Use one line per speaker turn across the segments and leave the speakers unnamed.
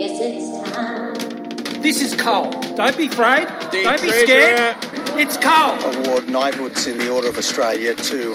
it's time.
This is Cole. Don't be afraid. Don't be scared. It's Cole.
award knighthoods in the Order of Australia to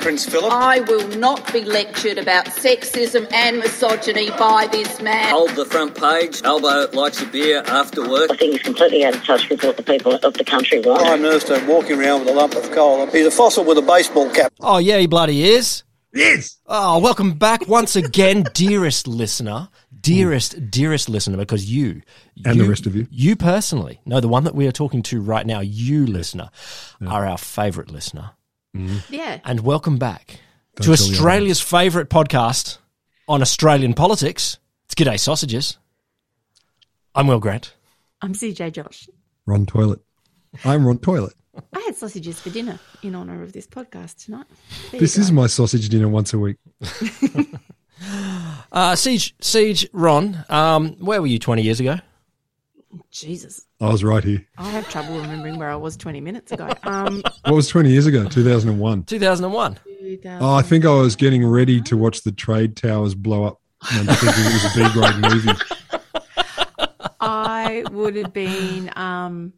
Prince Philip.
I will not be lectured about sexism and misogyny by this man.
Hold the front page. Albo likes a beer after work.
I think he's completely out of touch with what the people of the country want.
I nursed him walking around with a lump of coal. He's a fossil with a baseball cap.
Oh, yeah, he bloody is.
Yes.
Oh, welcome back once again, dearest listener. Dearest, dearest listener, because you,
And
you-
the rest of you.
you personally, no, the one that we are talking to right now, you listener, are our favorite listener.
Yeah.
And welcome back to
Don't tell the other
Australia's favorite podcast on Australian politics. It's G'day Sausages. I'm Will Grant.
I'm CJ Josh.
Ron Toilet. I'm Ron Toilet.
I had sausages for dinner in honor of this podcast tonight. There
This
you
is
go.
my sausage dinner once a week.
Uh, Siege, Siege, Ron, um, where were you 20 years ago?
Jesus.
I was right here.
I have trouble remembering where I was 20 minutes ago. Um,
What was 20 years ago? 2001.
2001.
Oh, I think I was getting ready to watch the trade towers blow up. And I'm thinking it was a B grade movie.
I would have been. Um,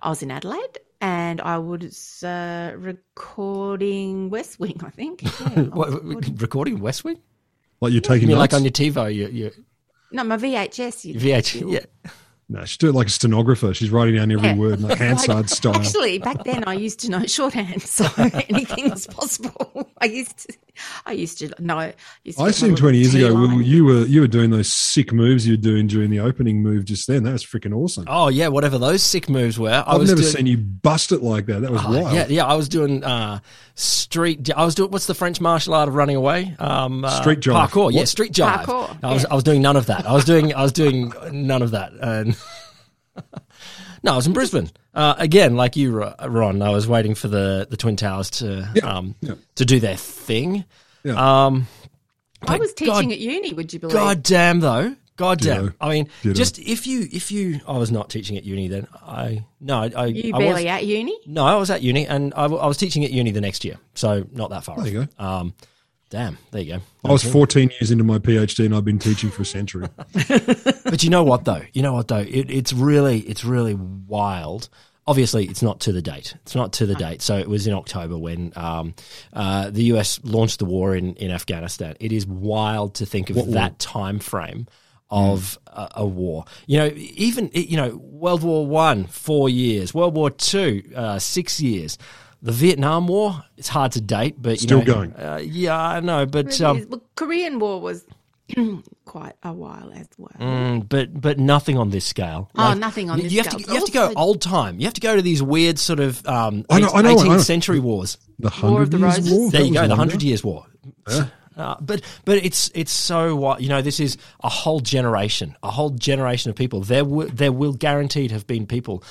I was in Adelaide, and I was uh, recording West Wing. I think. Yeah, I was
What,
Oh, recording-
recording West Wing?
Like you're taking
You mean
notes.
like on your TiVo, your, your
no, my VHS. you-
VH. Yeah.
No, she's doing like a stenographer. She's writing down every
Yeah.
word, like Hansard style.
Actually, back then I used to know shorthand, so anything was possible. I used to, I used to know. I used to
I
get my
seen
little
twenty years
tea
ago. Will,
line.
you were you were doing those sick moves you were doing during the opening move just then. That was freaking awesome.
Oh yeah, whatever those sick moves were. I
I've
was
never
doing,
seen you bust it like that. That was
Oh,
wild.
yeah, yeah. I was doing uh, street. I was doing what's the French martial art of running away? Um, uh,
Street jive.
Parkour. Yeah,
What?
street jive.
Parkour,
I was
yeah.
I was doing none of that. I was doing I was doing none of that. And no, I was in Brisbane uh, again, like you, Ro- Ron. I was waiting for the the Twin Towers to
Yeah,
um
yeah.
to do their thing.
Yeah.
Um,
I was teaching
God-
at uni. Would you believe?
God damn though. God
Ditto.
damn. I mean,
Ditto.
just if you if you, I was not teaching at uni then. I no, I, I
you
I
barely
was,
at uni.
No, I was at uni, and I, w- I was teaching at uni the next year, so not that far.
There you
off. Um, damn, there you go.
I was fourteen years into my PhD and I've been teaching for a century.
But you know what though? You know what though? It, it's really, it's really wild. Obviously, it's not to the date. It's not to the date. So it was in October when um, uh, the US launched the war in, in Afghanistan. It is wild to think of that time frame of a, a war. You know, even you know World War One, four years. World War Two, uh, six years. The Vietnam War. It's hard to date, but you
Still
know,
going.
Uh, yeah, I know, but.
It
Um,
is- well, Korean War was quite a while as well.
Mm, but but nothing on this scale.
Oh, nothing on
you
this
have
scale.
To, you have to go
Also-
old time. You have to go to these weird sort of um,
I know- I know, I know.
18th century wars.
The
War of
hundred
the
years
Roses?
There
war. That
you
was
go, the
longer.
Hundred Years' War. Uh, but but it's it's so what you know. This is a whole generation, a whole generation of people. There will there will guaranteed have been people,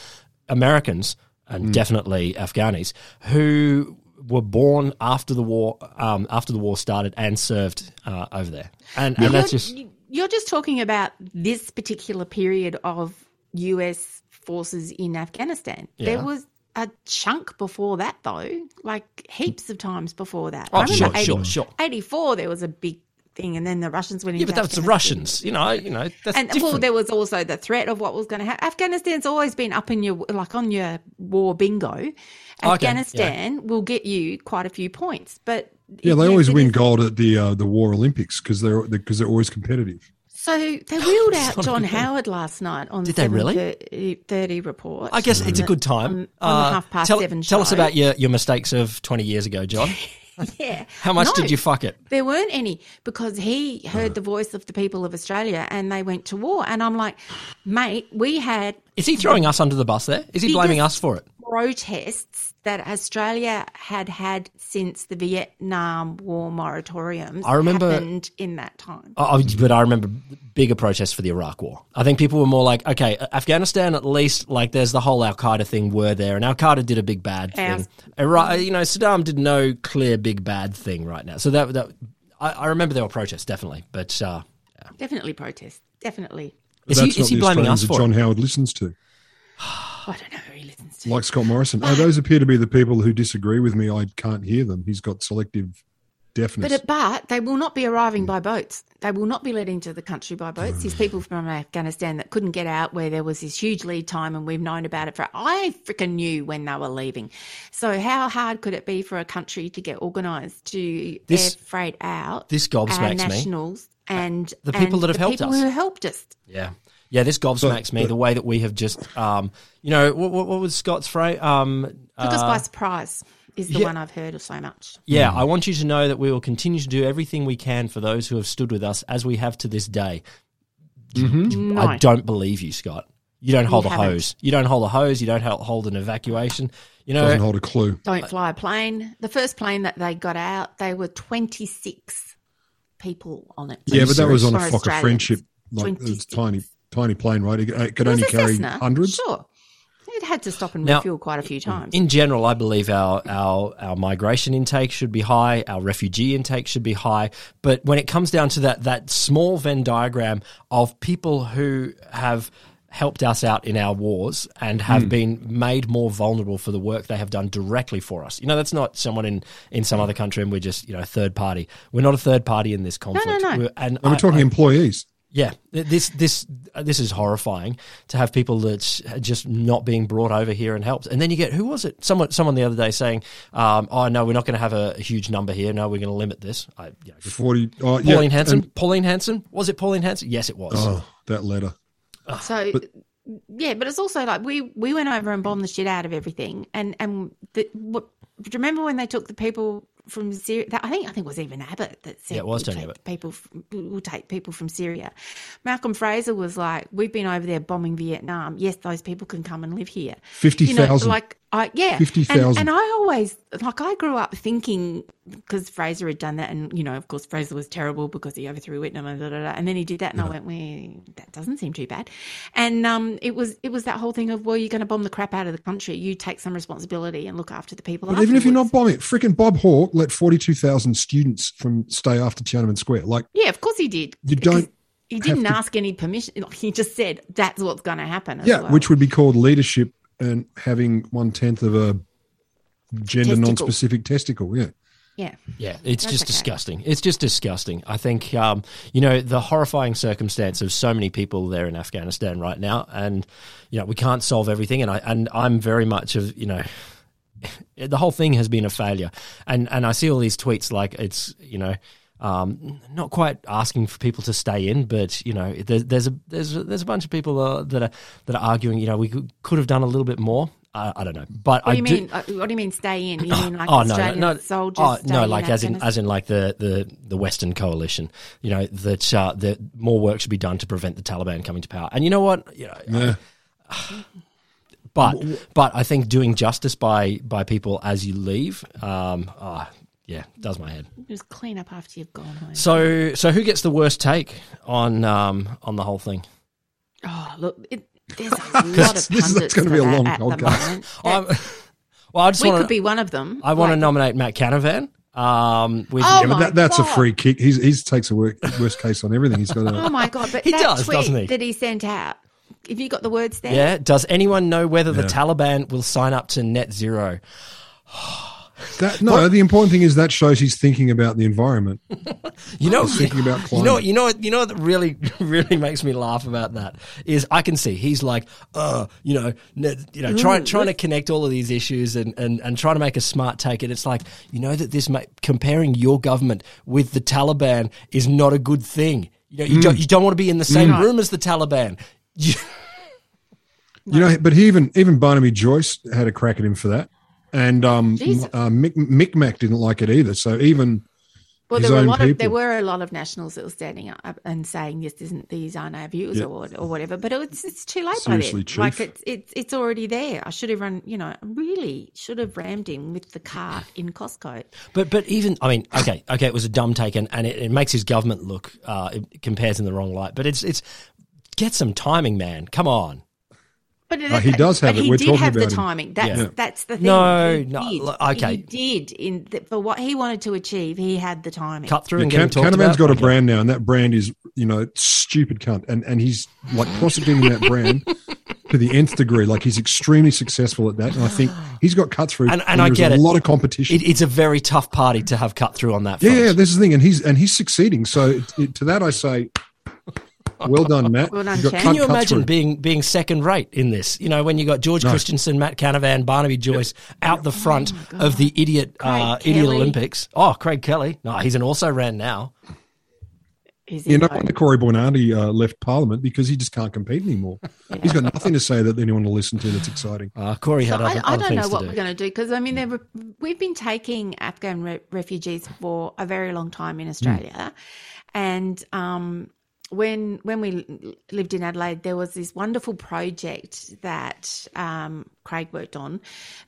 Americans and
Mm.
definitely Afghanis who were born after the war um, after the war started and served uh, over there. And and that's
you're,
just
you're just talking about this particular period of U.S. forces in Afghanistan. There
Yeah.
was a chunk before that, though, like heaps of times before that.
oh
I remember
sure sure
80
sure.
84, there was a big thing, and then the Russians went
Yeah,
into
but that's the
Afghanistan.
Russians. You know, you know that's
And
different.
well, there was also the threat of what was going to happen. Afghanistan's always been up in your like on your war bingo.
yeah.
Afghanistan will get you quite a few points, but
Yeah, they
yes,
always
it
win
is-
gold at the uh, the War Olympics because they're because they're always competitive.
So they wheeled out John Howard last night on
Did
the
they really?
7:30 30 report.
I guess it's a good time.
On, on
Uh,
the Mm. half past
tell,
seven
Tell us
show.
about your, your mistakes of 20 years ago, John.
yeah.
How much
No.
did you fuck it?
There weren't any because he heard the voice of the people of Australia and they went to war. And I'm like, mate, we had
Is he throwing us under the bus there? Is he
Biggest-
blaming us for it?
protests that Australia had had since the Vietnam War moratoriums
I remember-
happened in that time.
Oh, oh, but I remember bigger protests for the Iraq War. I think people were more like, okay, Afghanistan at least, like there's the whole Al Qaeda thing were there, and Al Qaeda did a big bad
Yes.
thing. Iraq, you know, Saddam did no clear big bad thing right now. So that, that I, I remember there were protests definitely, but uh,
Definitely protests. Definitely.
But
is
that's
he
not
is he
the
blaming us
Australians that
for
John
it?
Howard listens to,
I don't know who he listens to.
like Scott Morrison. Oh, those appear to be the people who disagree with me. I can't hear them. He's got selective deafness.
But but they will not be
Mm.
arriving by boats. They will not be let into the country by boats. These people from Afghanistan that couldn't get out, where there was this huge lead time, and we've known about it for. I freaking knew when they were leaving. So how hard could it be for a country to get organised to
This-
air freight out
this
our
gobsmacks me. Uh,
nationals and
The
and
people that have
the
helped
people
us.
who helped us?
Yeah. Yeah, this gobsmacks me the way that we have just, um, you know, what, what, what was Scott's phrase? Um,
Took us by surprise is the
yeah.
one I've heard of so much.
Yeah, I want you to know that we will continue to do everything we can for those who have stood with us as we have to this day. Mm. I don't believe you, Scott. You don't hold a
haven't.
hose. You don't hold a hose. You don't hel- hold an evacuation. Uh, You know,
Doesn't hold a clue.
Don't fly a plane. The first plane that they got out, they were 26 people on it.
Yeah, but that was on a
Or
fucking
Australians.
friendship, like
26.
it's tiny, tiny plane, right? It, it could
It was
only
a
carry
Cessna,
hundreds.
Sure. It had to stop and
Now-
refuel quite a few times.
in general, I believe our, our our migration intake should be high, our refugee intake should be high. But when it comes down to that that small Venn diagram of people who have helped us out in our wars and have been made more vulnerable for the work they have done directly for us. You know, that's not someone in, in some other country and we're just, you know, third party. We're not a third party in this conflict.
no.
We're- and
And
I-
we're talking
I-
employees.
yeah, th- this this uh, this is horrifying to have people that's uh, just not being brought over here and helped. And then you get who was it? Someone someone the other day saying, um, "Oh no, we're not going to have a, a huge number here. No, we're going to limit this." I, you know, just-
Forty. Oh, yeah,
Pauline Hanson.
and-
Pauline Hanson. Was it Pauline Hanson? Yes, it was.
oh, that letter.
Ah,
so, yeah, but it's also like we, we went over and bombed the shit out of everything. And, and the, what, do you remember when they took the people from Syria? That, I think I think it was even Abbott that said
Yeah, it was
we'll
Tony
take
Abbott.
people from, we'll take people from Syria. Malcolm Fraser was like, "We've been over there bombing Vietnam. Yes, those people can come and live here."
Fifty
you know,
thousand.
like I yeah,
50,000.
And, and I always like I grew up thinking because Fraser had done that, and you know, of course, Fraser was terrible because he overthrew Whitnam and da, da, da, and then he did that, and I went, well, that doesn't seem too bad. And um, it was it was that whole thing of well, you're going to bomb the crap out of the country, you take some responsibility and look after the people.
But even if you're not
afterwards."
bombing, freaking Bob Hawke let forty-two thousand students from stay after Tiananmen Square. Like
yeah, of course he did.
you don't.
He
have
didn't
to-
ask any permission. He just said that's what's going to happen. as
Yeah,
well."
which would be called leadership and having one tenth of a gender
Testicle.
non-specific testicle. Yeah.
yeah.
Yeah, it's
That's
just
okay.
disgusting. It's just disgusting. I think um, you know the horrifying circumstance of so many people there in Afghanistan right now, and you know we can't solve everything. And I and I'm very much of you know the whole thing has been a failure. And and I see all these tweets like it's you know um, not quite asking for people to stay in, but you know there's there's a there's a, there's a bunch of people uh, that are that are arguing. You know we could, could have done a little bit more. I, I don't know, but
What
I
do you
do,
mean? uh, What do you mean? Stay in? You mean like
oh no, no,
Australian
no,
soldiers?
oh,
stay
no, like as in
Afghanistan?
as in like the the the Western coalition. You know that uh, that more work should be done to prevent the Taliban coming to power. And you know what? You know,
Yeah.
but but I think doing justice by by people as you leave. Um, ah, yeah, does my head.
Just clean up after you've gone home.
So so who gets the worst take on um on the whole thing?
Oh, look, it, there's a lot of
This is- that's
pundits
gonna
going to
be a long
at the
podcast.
moment.
I'm, Um, well, I just
we
want
could
to
be one of them.
I want to
Like,
nominate Matt Canavan. Um, with
Oh
Yeah, but
my
that, that's a
God.
free kick. He's he takes a work, worst case on everything. He's got a.
Oh my god! But
He
that
does,
tweet
doesn't he?
that he sent out. Have you got the words there?
yeah. Does anyone know whether the
Yeah.
Taliban will sign up to net zero?
That, no, the important thing is that shows he's thinking about the environment.
You know,
thinking about
you know,
climate.
you know, what- you know what really, really makes me laugh about that is I can see he's like, uh, you know, ne- you know, trying trying to connect all of these issues and and and trying to make a smart take, and it's like, you know, that this ma- comparing your government with the Taliban is not a good thing. You know, you don't you don't want to be in the same room as the Taliban. You-
You know, but he even even Barnaby Joyce had a crack at him for that, and um,
Jesus.
uh, Mick, Mick Mac didn't like it either. So even
Well,
His
there were a
own
lot of there
people.
were a lot of nationals that were standing up and saying this isn't these aren't our views
Yeah.
or or whatever. But it's it's too late
Seriously,
by then. Like
Chief.
it's it's it's already there. I should have run. You know, I really should have rammed him with the cart in Costco.
But but even I mean okay okay it was a dumb take and, and it, it makes his government look uh, it compares in the wrong light. But it's it's get some timing, man. Come on.
But
Uh, he does have
but
it.
He
We're
did
talking
have
about
the
him.
timing. That's
Yeah.
that's the thing.
No,
He
no,
did.
look, okay.
He did in the, for what he wanted to achieve. He had the timing.
Cut through
yeah,
and get him
Can-
talked
Canavan's
about.
got a
Okay.
brand now, and that brand is you know stupid cunt, and and he's like prosecuting that brand to the nth degree. Like he's extremely successful at that, and I think he's got cut through.
And- and I
there's
get
a
it.
lot of competition.
It, it's a very tough party to have cut through on that.
yeah,
front.
yeah, this is the thing, and he's and he's succeeding. So t- to that, I say, well done, Matt.
Well done,
You've got
Chad.
Can
cut-
you
cut
imagine
through.
being being second rate in this? You know, when you got George Christensen, Matt Canavan, Barnaby Joyce out the front of the idiot
Oh
uh,
Craig
idiot
Kelly.
Olympics. Oh, Craig Kelly. No, he's an also ran now.
Is
You
it
know,
like-
wonder Corey Boynardi uh, left Parliament because he just can't compete anymore. He's got nothing to say that anyone will listen to. That's exciting.
Uh, Corey had
So
other,
I, I
other
don't
things
know what
to do.
we're going to do because I mean there were, we've been taking Afghan re- refugees for a very long time in
Hmm.
Australia, and um, when when we l- lived in Adelaide, there was this wonderful project that um, Craig worked on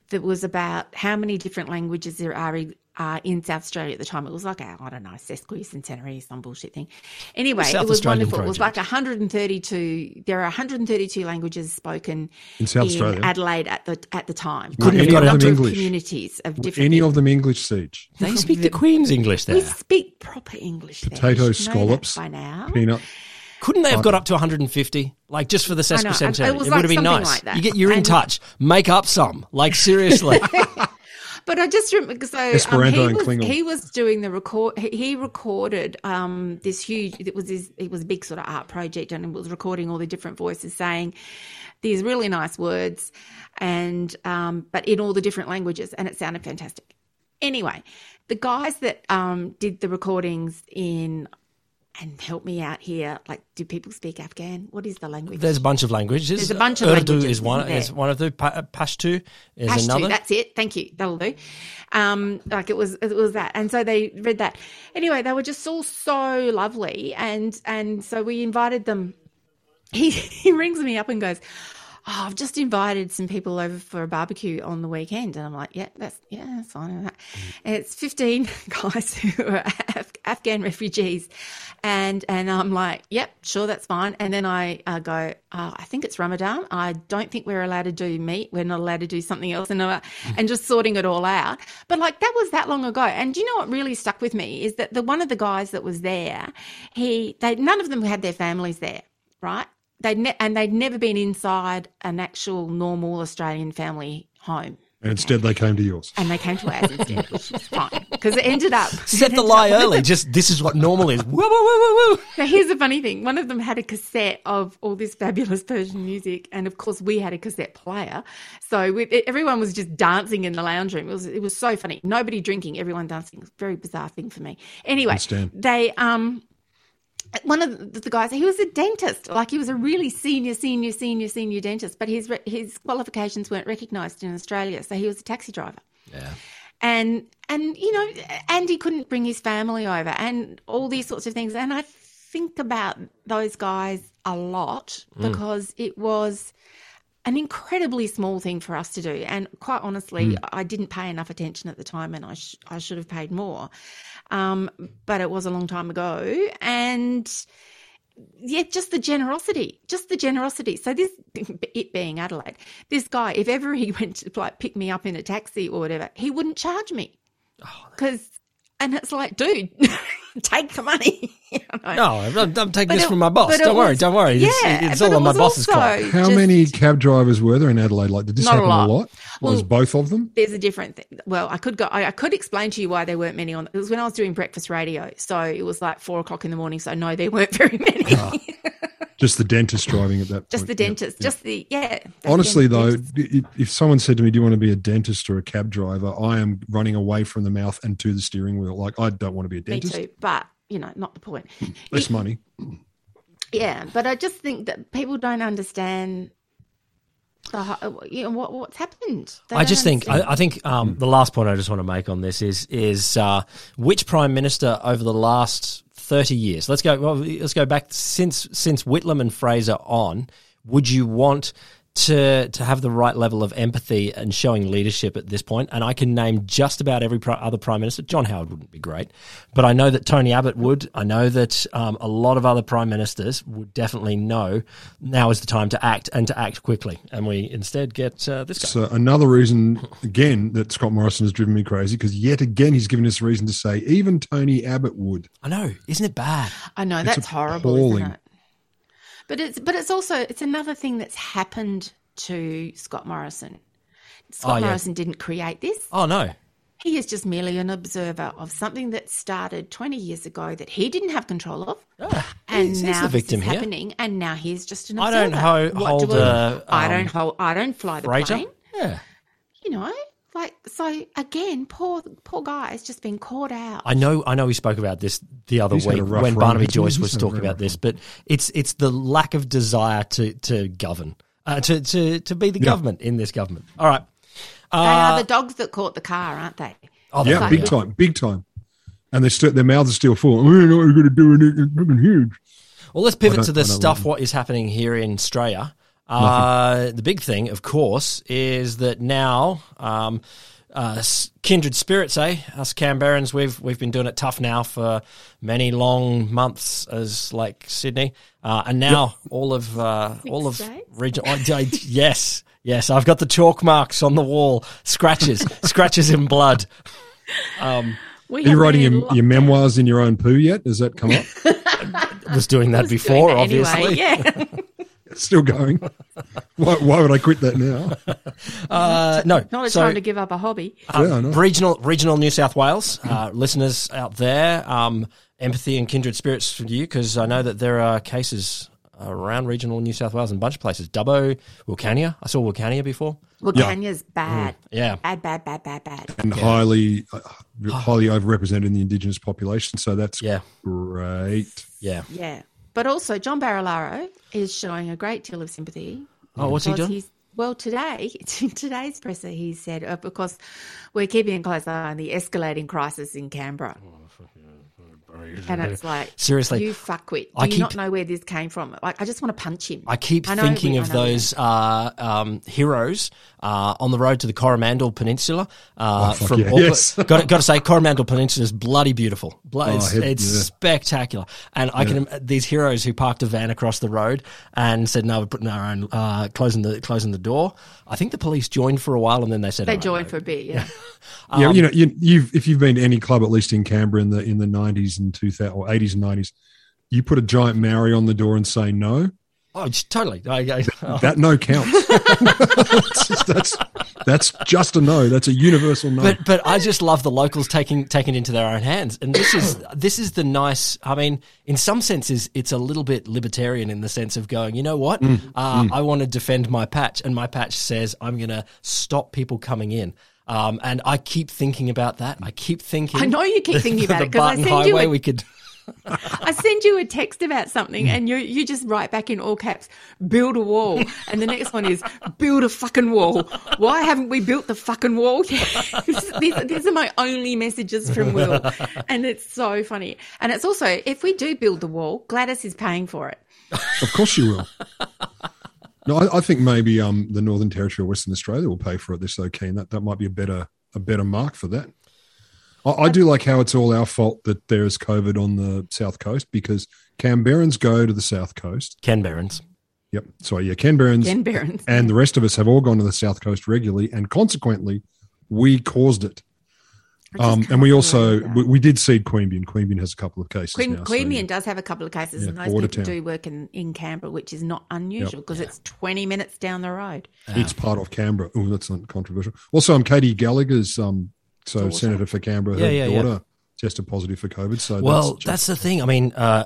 that was about how many different languages there are. in- Uh, in South Australia at the time, it was like a, I don't know, sesquicentenary, some bullshit thing. Anyway,
South
it was
Australian
wonderful. It was
project.
like 132. There are 132 languages spoken
In South Australia?
Adelaide at the at the time.
couldn't
have
There
got
were
it
lots
in
of
English.
Communities of different.
Any of them English siege,
They speak the Queen's English
we
there.
speak proper English. there.
Potato
You should know that
scallops.
by now.
peanut.
Couldn't they have got up to 150? Like just for the
I know, I-
sesquicentenary,
it was
would
like
have been
something
nice.
like that.
you get, you're in
And-
touch. Make up some. Like seriously.
But I just remember so um,
Esperanto
he,
and
was,
Klingon.
he was doing the record. He he recorded um, this huge. It was his, it was a big sort of art project, and it was recording all the different voices saying these really nice words, and um, but in all the different languages, and it sounded fantastic. Anyway, the guys that um, did the recordings in and help me out here. Like, do people speak Afghan? What is the language?
There's a bunch of languages.
There's a bunch of
Urdu
languages,
is one.
isn't there?
Is one of the pa- Pashto is
Pashto,
another.
That's it. Thank you. That'll do. Um, like it was, it was that. And so they read that. Anyway, they were just all so lovely, and and so we invited them. He he rings me up and goes, "Oh, I've just invited some people over for a barbecue on the weekend," and I'm like, "Yeah, that's yeah, that's fine." And it's 15 guys who are Af- Afghan refugees, and and I'm like, "Yep, sure, that's fine." And then I uh, go, oh, "I think it's Ramadan. I don't think we're allowed to do meat. We're not allowed to do something else," and I'm- and just sorting it all out. But like that was that long ago. And do you know what really stuck with me is that the one of the guys that was there, he they none of them had their families there, right? They'd ne- and they'd never been inside an actual normal Australian family home.
And instead, they came to yours.
And they came to ours instead, which is fine because it ended up.
Set the lie early. Just this is what normal is. Woo, woo, woo, woo, woo.
Now, here's the funny thing one of them had a cassette of all this fabulous Persian music, and of course, we had a cassette player. So we, e, everyone was just dancing in the lounge room. It was, it was so funny. Nobody drinking, everyone dancing. It was a very bizarre thing for me. Anyway,
Understand.
they. um. one of the- the guys he was a dentist like he was a really senior senior senior senior dentist but his re- his qualifications weren't recognized in australia so he was a taxi driver and and you know and he couldn't bring his family over and all these sorts of things and i think about those guys a lot because it was an incredibly small thing for us to do and quite honestly
Hmm.
i didn't pay enough attention at the time and i, sh- I should have paid more um, but it was a long time ago and yeah, just the generosity, just the generosity. So this, it being Adelaide, this guy, if ever he went to like pick me up in a taxi or whatever, he wouldn't charge me
Oh,
because, and it's like, dude, take the money. you know?
No, I'm, I'm taking this
it-
from my boss.
but it
Don't worry,
was-
don't worry. It's-
yeah,
it's,
but
all
it
on my
was
boss's
also
clock.
How
just-
many cab drivers were there in Adelaide? Like, did this
Not a
happen a lot?
lot.
Was
Well-
both of them?
there's a different thing. Well, I could go. I, I could explain to you why there weren't many on. It was when I was doing breakfast radio, so it was like four o'clock in the morning. So no, there weren't very many.
Just the dentist driving at that.
just the
point, Ah, yeah.
dentist. Just the yeah. just the
Honestly, though,
dentist.
i- if someone said to me, "Do you want to be a dentist or a cab driver?" I am running away from the mouth and to the steering wheel. Like, I don't want to be a
me
dentist.
too. But you know, not the point.
Less money.
Yeah, but I just think that people don't understand the ho- you know what what's happened. They
I
don't
just think
understand.
I, I think um, the last point I just want to make on this is is uh, which prime minister over the last thirty years? Let's go. Well, let's go back since since Whitlam and Fraser on. Would you want to to have the right level of empathy and showing leadership at this point? And I can name just about every pri- other prime minister. John Howard wouldn't be great, but I know that Tony Abbott would. I know that um, a lot of other prime ministers would definitely know now is the time to act and to act quickly. And we instead get uh, this guy.
So another reason again that Scott Morrison has driven me crazy because yet again he's given us a reason to say even Tony Abbott would.
I know. Isn't it bad?
I know
It's
that's horrible, isn't
appalling.
it? But it's but it's also it's another thing that's happened to Scott Morrison. Scott
Oh, yeah.
Morrison didn't create this.
Oh no.
He is just merely an observer of something that started 20 years ago that he didn't have control of. and
Ah, he's- he's
now
the
this
victim
is
here.
happening, and now he's just an
I
observer.
don't ho-
What do
hold
we-
a,
I
um,
don't hold. I don't fly the
Freighter.
plane.
Yeah.
You know, like so. Again, poor poor guy has just been caught out.
I know, I know. We spoke about this the other
He's had
week
a rough
when
run,
Barnaby
hasn't he?
Joyce
He's
was
had a
talking
very
about
rough
this, but it's it's the lack of desire to to govern, uh, to to to be the government in this government. All right.
they
Uh,
are the dogs that caught the car, aren't they?
Oh,
Yeah,
there we
big
go.
time, big time. And they still their mouths are still full. "Oh, We don't know what we're going to do, and it's looking huge.
Well, let's
I
pivot
don't-
to the
I don't
stuff.
like
What is happening here in Australia? Uh, the big thing, of course, is that now um, uh, s- kindred spirits, eh? Us Canberrans, we've we've been doing it tough now for many long months, as like Sydney, uh, and now all of uh, all of
days?
regional. I- I- yes, yes, I've got the chalk marks on the wall, scratches, scratches in blood.
We
Are you
have
writing
been
your,
lo-
your memoirs in your own poo yet? Has that come up?
Was doing that
doing
before,
it anyway,
obviously.
Yeah.
It's still going. Why, why would I quit that now?
Uh, no,
Not a
so-
time to give up a hobby.
yeah, I know.
Um, regional regional New South Wales uh, listeners out there, um, empathy and kindred spirits for you because I know that there are cases around regional New South Wales and a bunch of places. Dubbo, Wilcannia. I saw Wilcannia before.
Well,
Yeah.
Kenya's bad.
Mm, Yeah.
Bad, bad, bad, bad, bad.
and highly, uh, highly overrepresented in the indigenous population. So that's
Oh. Yeah.
great.
Yeah.
Yeah. But also, John Barilaro is showing a great deal of sympathy.
Oh, what's he
because
done?
he's- Well, today, in today's presser, he said, uh, because we're keeping a close eye on the escalating crisis in Canberra. And it's like,
Seriously,
you fuckwit. Do
I
you not
keep-
know where this came from? Like, I just want to punch him.
I keep
know
thinking
we- I
of
know we-
those uh, um, heroes uh, on the road to the Coromandel Peninsula uh,
Oh, fuck
from
yeah.
Auckland.
Yes.
got, to, got to say, Coromandel Peninsula is bloody beautiful. Blo- it's
heck,
it's
yeah.
spectacular. And I can im- these heroes who parked a van across the road and said, "No, we're putting our own uh, closing the closing the door." I think the police joined for a while and then they said,
They
"All right,
joined
no."
for a bit, yeah.
Um,
yeah, you know, you, you've if you've been to any club, at least in Canberra in the in the nineties and two thousand or eighties and nineties, you put a giant Maori on the door and say no.
Oh, it's totally. I, I,
That no counts. that's, just, that's that's just a no. That's a universal no.
but but I just love the locals taking taking it into their own hands, and this is this is the nice. I mean, in some senses, it's a little bit libertarian in the sense of going, you know what, uh, I want to defend my patch, and my patch says I'm going to stop people coming in. Um, and I keep thinking about that. I keep thinking.
I know you keep thinking about
the
it, 'cause I
Barton
send you
Highway,
a-
we could.
I send you a text about something and you you just write back in all caps, build a wall. And the next one is build a fucking wall. Why haven't we built the fucking wall yet? these, these are my only messages from Will. And it's so funny. And it's also, if we do build the wall, Gladys is paying for it.
Of course you will. No, I, I think maybe um, the Northern Territory or Western Australia will pay for it this okay, and that, that might be a better a better mark for that. I, I do like how it's all our fault that there is COVID on the south coast because Canberrans go to the south coast.
Ken Barons.
Yep. Sorry, yeah, Canberrans
Ken Barons.
and the rest of us have all gone to the south coast regularly, and consequently, we caused it. Um, and we also we, we did seed Queanbeyan. Queanbeyan has a couple of cases.
Queen,
now, so-
Queanbeyan does have a couple of cases,
Yeah,
and those
border
people
town.
do work in, in Canberra, which is not unusual because it's 20 minutes down the road.
It's
Ah.
part of Canberra. Oh, that's not controversial. Also, I'm Katie Gallagher's, um, so
Daughter.
senator for Canberra. Her
Yeah, yeah, yeah.
daughter tested positive for COVID. So
Well,
just-
that's the thing. I mean, uh,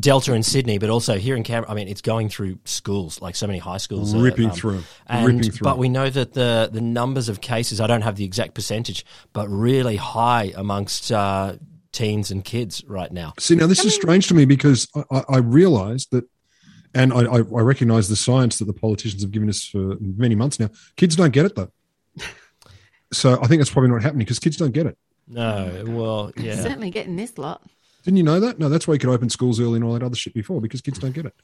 Delta in Sydney, but also here in Canberra. I mean, it's going through schools, like so many high schools, uh, um,
Ripping through 'em.
and-
Ripping through
But
'em.
we know that the the numbers of cases. I don't have the exact percentage, but really high amongst uh, teens and kids right now.
see now this is strange to me because I, I, I realised that, and I, I, I recognise the science that the politicians have given us for many months now. Kids don't get it though. So I think that's probably not happening because kids don't get it.
No, well, yeah,
Certainly getting this lot.
Didn't you know that? No, that's why you could open schools early and all that other shit before because kids don't get it.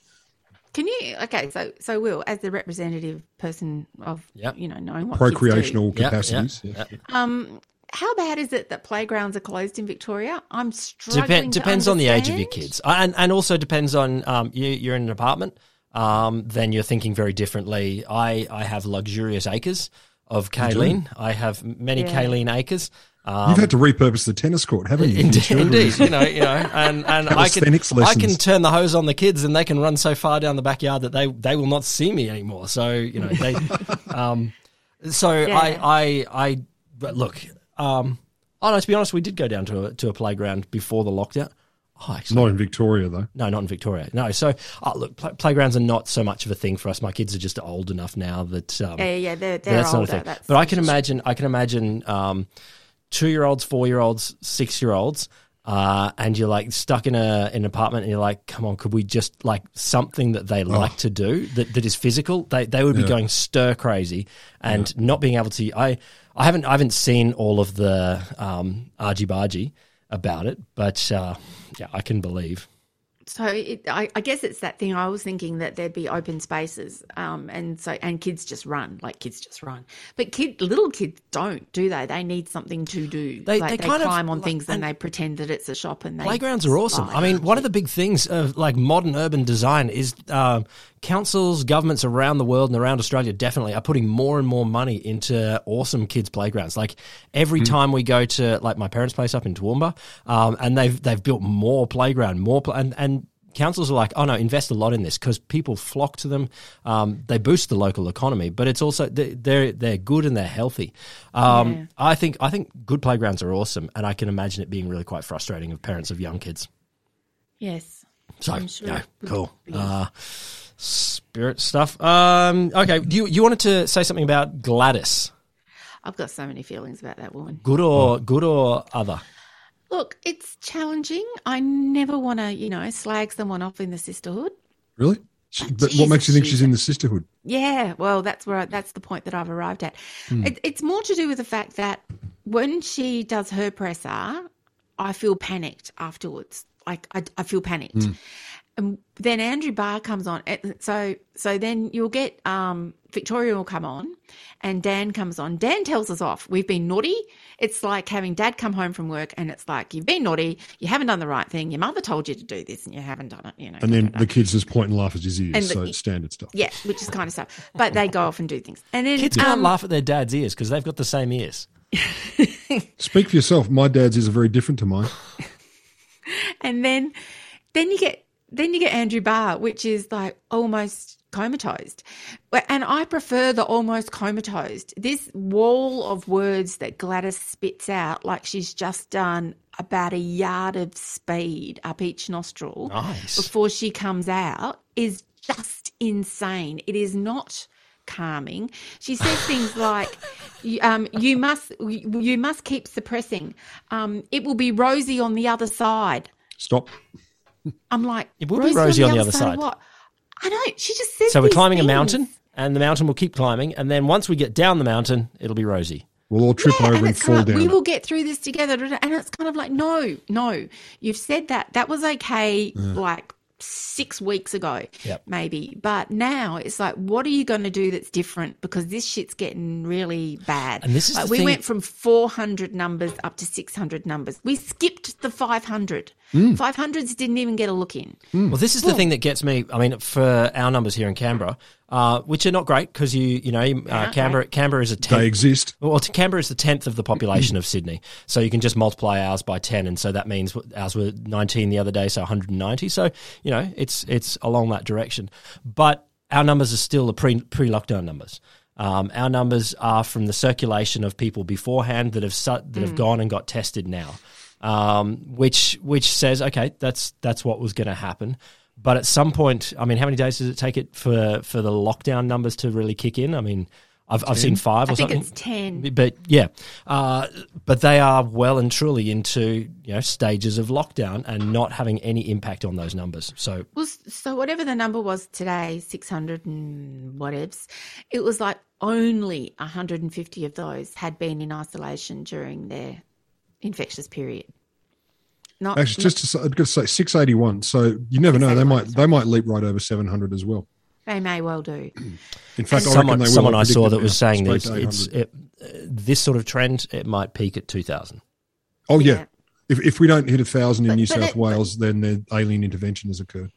Can you okay? So so Will, as the representative person of
Yep.
you know knowing what kids do,
Procreational
Yeah, yeah,
capacities. Yeah.
um, how bad is it that playgrounds are closed in Victoria? I'm struggling.
Depen-
to
depends on the age of your
understand.
kids, and and also depends on um, you, you're in an apartment. Um, then you're thinking very differently. I I have luxurious acres of kaolin. I have many
Yeah.
kaolin acres,
You've had to repurpose the tennis court, haven't you? for
Uh, um, Indeed,
children?
indeed, you know, you know, and and I can
Calisthenics
I
lessons.
can turn the hose on the kids, and they can run so far down the backyard that they they will not see me anymore. So you know, they, um, so I I I but look, um, oh no, to be honest, we did go down to a to a playground before the lockdown. Oh, actually,
Not in Victoria though.
no, not in Victoria. No, so oh, look, pl- playgrounds are not so much of a thing for us. My kids are just old enough now that um,
Yeah, yeah, yeah, they're,
yeah,
they're
that's
older.
not a thing.
That's,
but I can imagine. I can imagine um, two-year-olds, four-year-olds, six-year-olds, uh, and you're like stuck in a in an apartment, and you're like, "Come on, could we just like something that they like to do that, that is physical?" They they would be going stir crazy and not being able to. I I haven't I haven't seen all of the um, argy bargy about it, but uh, yeah, I can believe.
So it, I, I guess it's that thing. I was thinking that there'd be open spaces, um, and so and kids just run, like kids just run. But kid, little kids don't, do they? They need something to do.
They-
like
they
they,
kind of-
climb on
like-
things and,
and-
they pretend that it's a shop. And they
Playgrounds are awesome.
slide.
I mean, one of the big things of like modern urban design is um, councils, governments around the world and around Australia definitely are putting more and more money into awesome kids playgrounds. Like every time we go to like my parents' place up in Toowoomba, um, and they've they've built more playground, more pla and and. Councils are like, oh no, invest a lot in this because people flock to them. Um, they boost the local economy, but it's also they- they're they're good and they're healthy. Um, I think I think good playgrounds are awesome, and I can imagine it being really quite frustrating of parents of young kids.
yes.
So
I'm sure
yeah,
it would
cool.
be.
Uh, spirit stuff. Um, okay, you you wanted to say something about Gladys,
I've got so many feelings about that woman.
good or good or other?
Look, it's challenging. I never want to, you know, slag someone off in the sisterhood.
Really? She, but
Jesus,
what makes you think she's
she's-
in the sisterhood?
Yeah, well, that's where I, that's the point that I've arrived at.
Hmm.
It, it's more to do with the fact that when she does her presser, I feel panicked afterwards. Like I, I feel panicked.
Hmm.
And then Andrew Barr comes on, and so so then you'll get um, Victoria will come on, and Dan comes on. Dan tells us off. We've been naughty. It's like having Dad come home from work, and it's like you've been naughty. You haven't done the right thing. Your mother told you to do this, and you haven't done it. You know.
And then
da, da, da.
the kids just point and laugh at his ears.
And the-
so it's standard stuff.
yeah, which is kind of stuff. But they go off and do things, and then um,
Kids can't laugh at their dad's ears because they've got the same ears.
Speak for yourself. My dad's is very different to mine.
and then then you get then you get Andrew Barr, which is like almost comatosed. But- And I prefer the almost comatosed. This wall of words that Gladys spits out, like she's just done about a yard of speed up each nostril
Nice.
before she comes out, is just insane. It is not calming. She says things like, you- um, "You must, you you must keep suppressing. Um, it will be rosy on the other side."
Stop.
I'm like,
It will be rosy on the other side."
What? I know. She just says.
So we're
these
climbing a
things.
mountain, and the mountain will keep climbing, and then once we get down the mountain, it'll be rosy.
We'll all trip
Yeah,
over
and
and,
it's
fall
kind of like,
down.
we
it.
will get through this together. da- da- And it's kind of like, no, no, you've said that. That was okay, like six weeks ago,
Yep.
maybe. But now it's like, what are you going to do that's different? Because this shit's getting really bad.
And this is
like,
the
we
thing-
went from 400 numbers up to 600 numbers. We skipped the 500.
Hmm.
500s didn't even get a look in.
Well, this is the thing that gets me. I mean, for our numbers here in Canberra, uh, which are not great because you you know uh, Canberra Canberra is a
They
tenth
exist.
Well, t- Canberra is the tenth of the population of Sydney, so you can just multiply ours by ten, and so that means what- ours were nineteen the other day, so one hundred and ninety. So you know, it's it's along that direction, but our numbers are still the pre pre lockdown numbers. Um, our numbers are from the circulation of people beforehand that have su- that have gone and got tested now, um, which which says okay, that's that's what was going to happen. But at some point, I mean, how many days does it take it for for the lockdown numbers to really kick in? I mean, I've, I've seen five or
I think
something
it's 10.
but yeah, uh, but they are well and truly into you know stages of lockdown and not having any impact on those numbers. So
Well, s- so whatever the number was today, 600 and whatevs, it was like only 150 of those had been in isolation during their infectious period. Not,
Actually, just to, say- I've got to say, six eighty one. So you never know. They
681,
might they might leap right over seven hundred as well.
they may well do.
In fact, I reckon
someone
they will.
someone I
predict
saw
it
that
now.
was saying
Spoke
this
to
it's
800.
it, uh, this sort of trend it might peak at two thousand.
oh yeah.
Yeah.
If, if we don't hit a thousand in
But-
New
but
South
it- but-
Wales, then the alien intervention has occurred.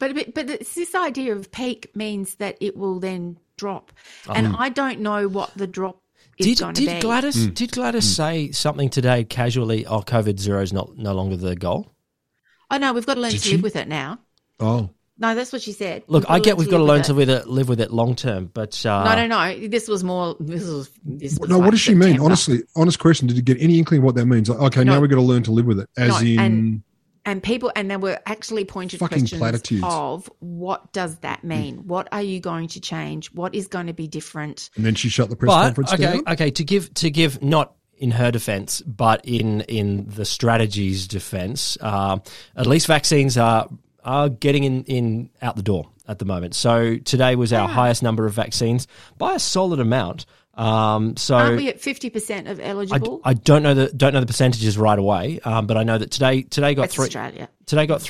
But but- but it's this
Oh.
idea of peak means that it will then drop, and I don't know what the drop is
Did,
going to
did
be.
Gladys
Mm.
did Gladys say something today casually? Oh, COVID zero is not no longer the goal.
oh no, we've got to learn
Did
to
she?
live with it now.
Oh,
No, that's what she said.
Look, I get we've got to learn to
live.
live with it, live with it long term, but uh,
with it. No, no, no. This was more. This was. This was
no.
like
What does she mean?
September.
Honestly, honest question. Did you get any inkling what that means? Like, okay,
No.
now we've got to learn to live with it. As
No,
in,
and- and people and there were actually pointed
Fucking
questions
platitudes.
of what does that mean what are you going to change what is going to be different
and then she shut the press
but
conference
okay,
down.
okay. To give to give not in her defence, but in in the strategy's defence, um, at least vaccines are are getting in in out the door at the moment. So today was
Ah.
our highest number of vaccines by a solid amount. Um, so
aren't we at 50% of
I,
eligible
I don't know the don't know the percentages right away, um, but I know that today today got
that's
three
australia
today got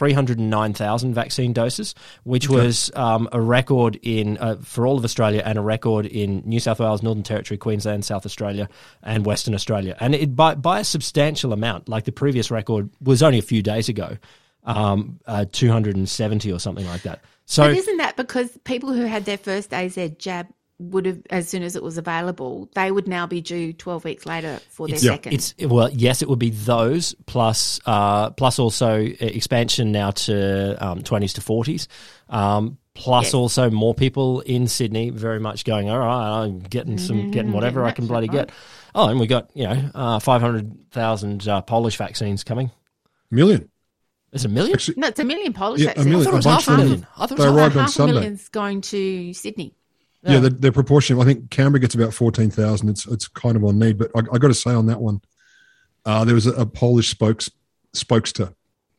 309,000 vaccine doses, which was um, a record in uh, for all of Australia and a record in New South Wales, Northern Territory, Queensland, South Australia, and Western Australia, and it by by a substantial amount. Like the previous record was only a few days ago, um, uh, 270 or something like that. So
but isn't that because people who had their first AZ jab would have as soon as it was available they would now be due 12 weeks later for their
It's,
second
it's well, yes, it would be those plus uh, plus also uh, expansion now to twenties to forties, um, plus
Yes.
also more people in Sydney very much going. All right, I'm getting
Mm-hmm.
some getting whatever I can bloody get. Oh, and we got you know uh, five hundred thousand uh, Polish vaccines coming.
Million.
There's a million.
Actually,
no it's a million polish
Yeah, a
vaccines.
million.
I thought it was
bunch
half a
of them.
million. I thought it
They
was half-
arrived on
half a
Sunday.
million's going to sydney
Yeah, the, the proportion. I think Canberra gets about fourteen thousand. It's it's kind of on need, but I, I got to say on that one, uh, there was a, a Polish spokes spokester.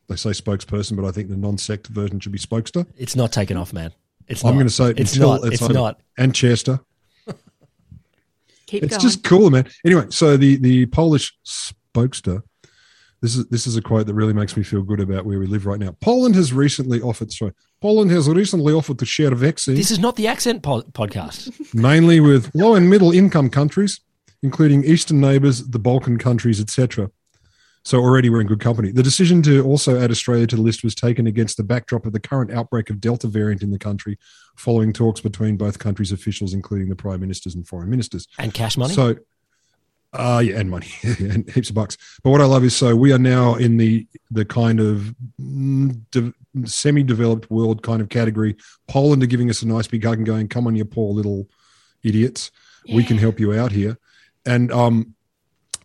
They say spokesperson, but I think the non-sect version should be spokester.
It's not taken off, man. It's
I'm
not.
going to say it
it's
until
not. It's,
over.
not.
And Chester,
keep
it's
going
just cool, man. Anyway, so the the Polish spokester. This is this is a quote that really makes me feel good about where we live right now. Poland has recently offered. Sorry, Poland has recently offered to share vaccines.
This is not the accent po- podcast.
mainly with low and middle income countries, including eastern neighbours, the Balkan countries, etc. So already we're in good company. The decision to also add Australia to the list was taken against the backdrop of the current outbreak of Delta variant in the country, following talks between both countries' officials, including the prime ministers and foreign ministers.
and cash money.
So, uh, yeah, and money and heaps of bucks. But what I love is so we are now in the the kind of mm, de- semi-developed world kind of category. Poland are giving us a nice big hug and going, "Come on, you poor little idiots, we can help you out here." And um,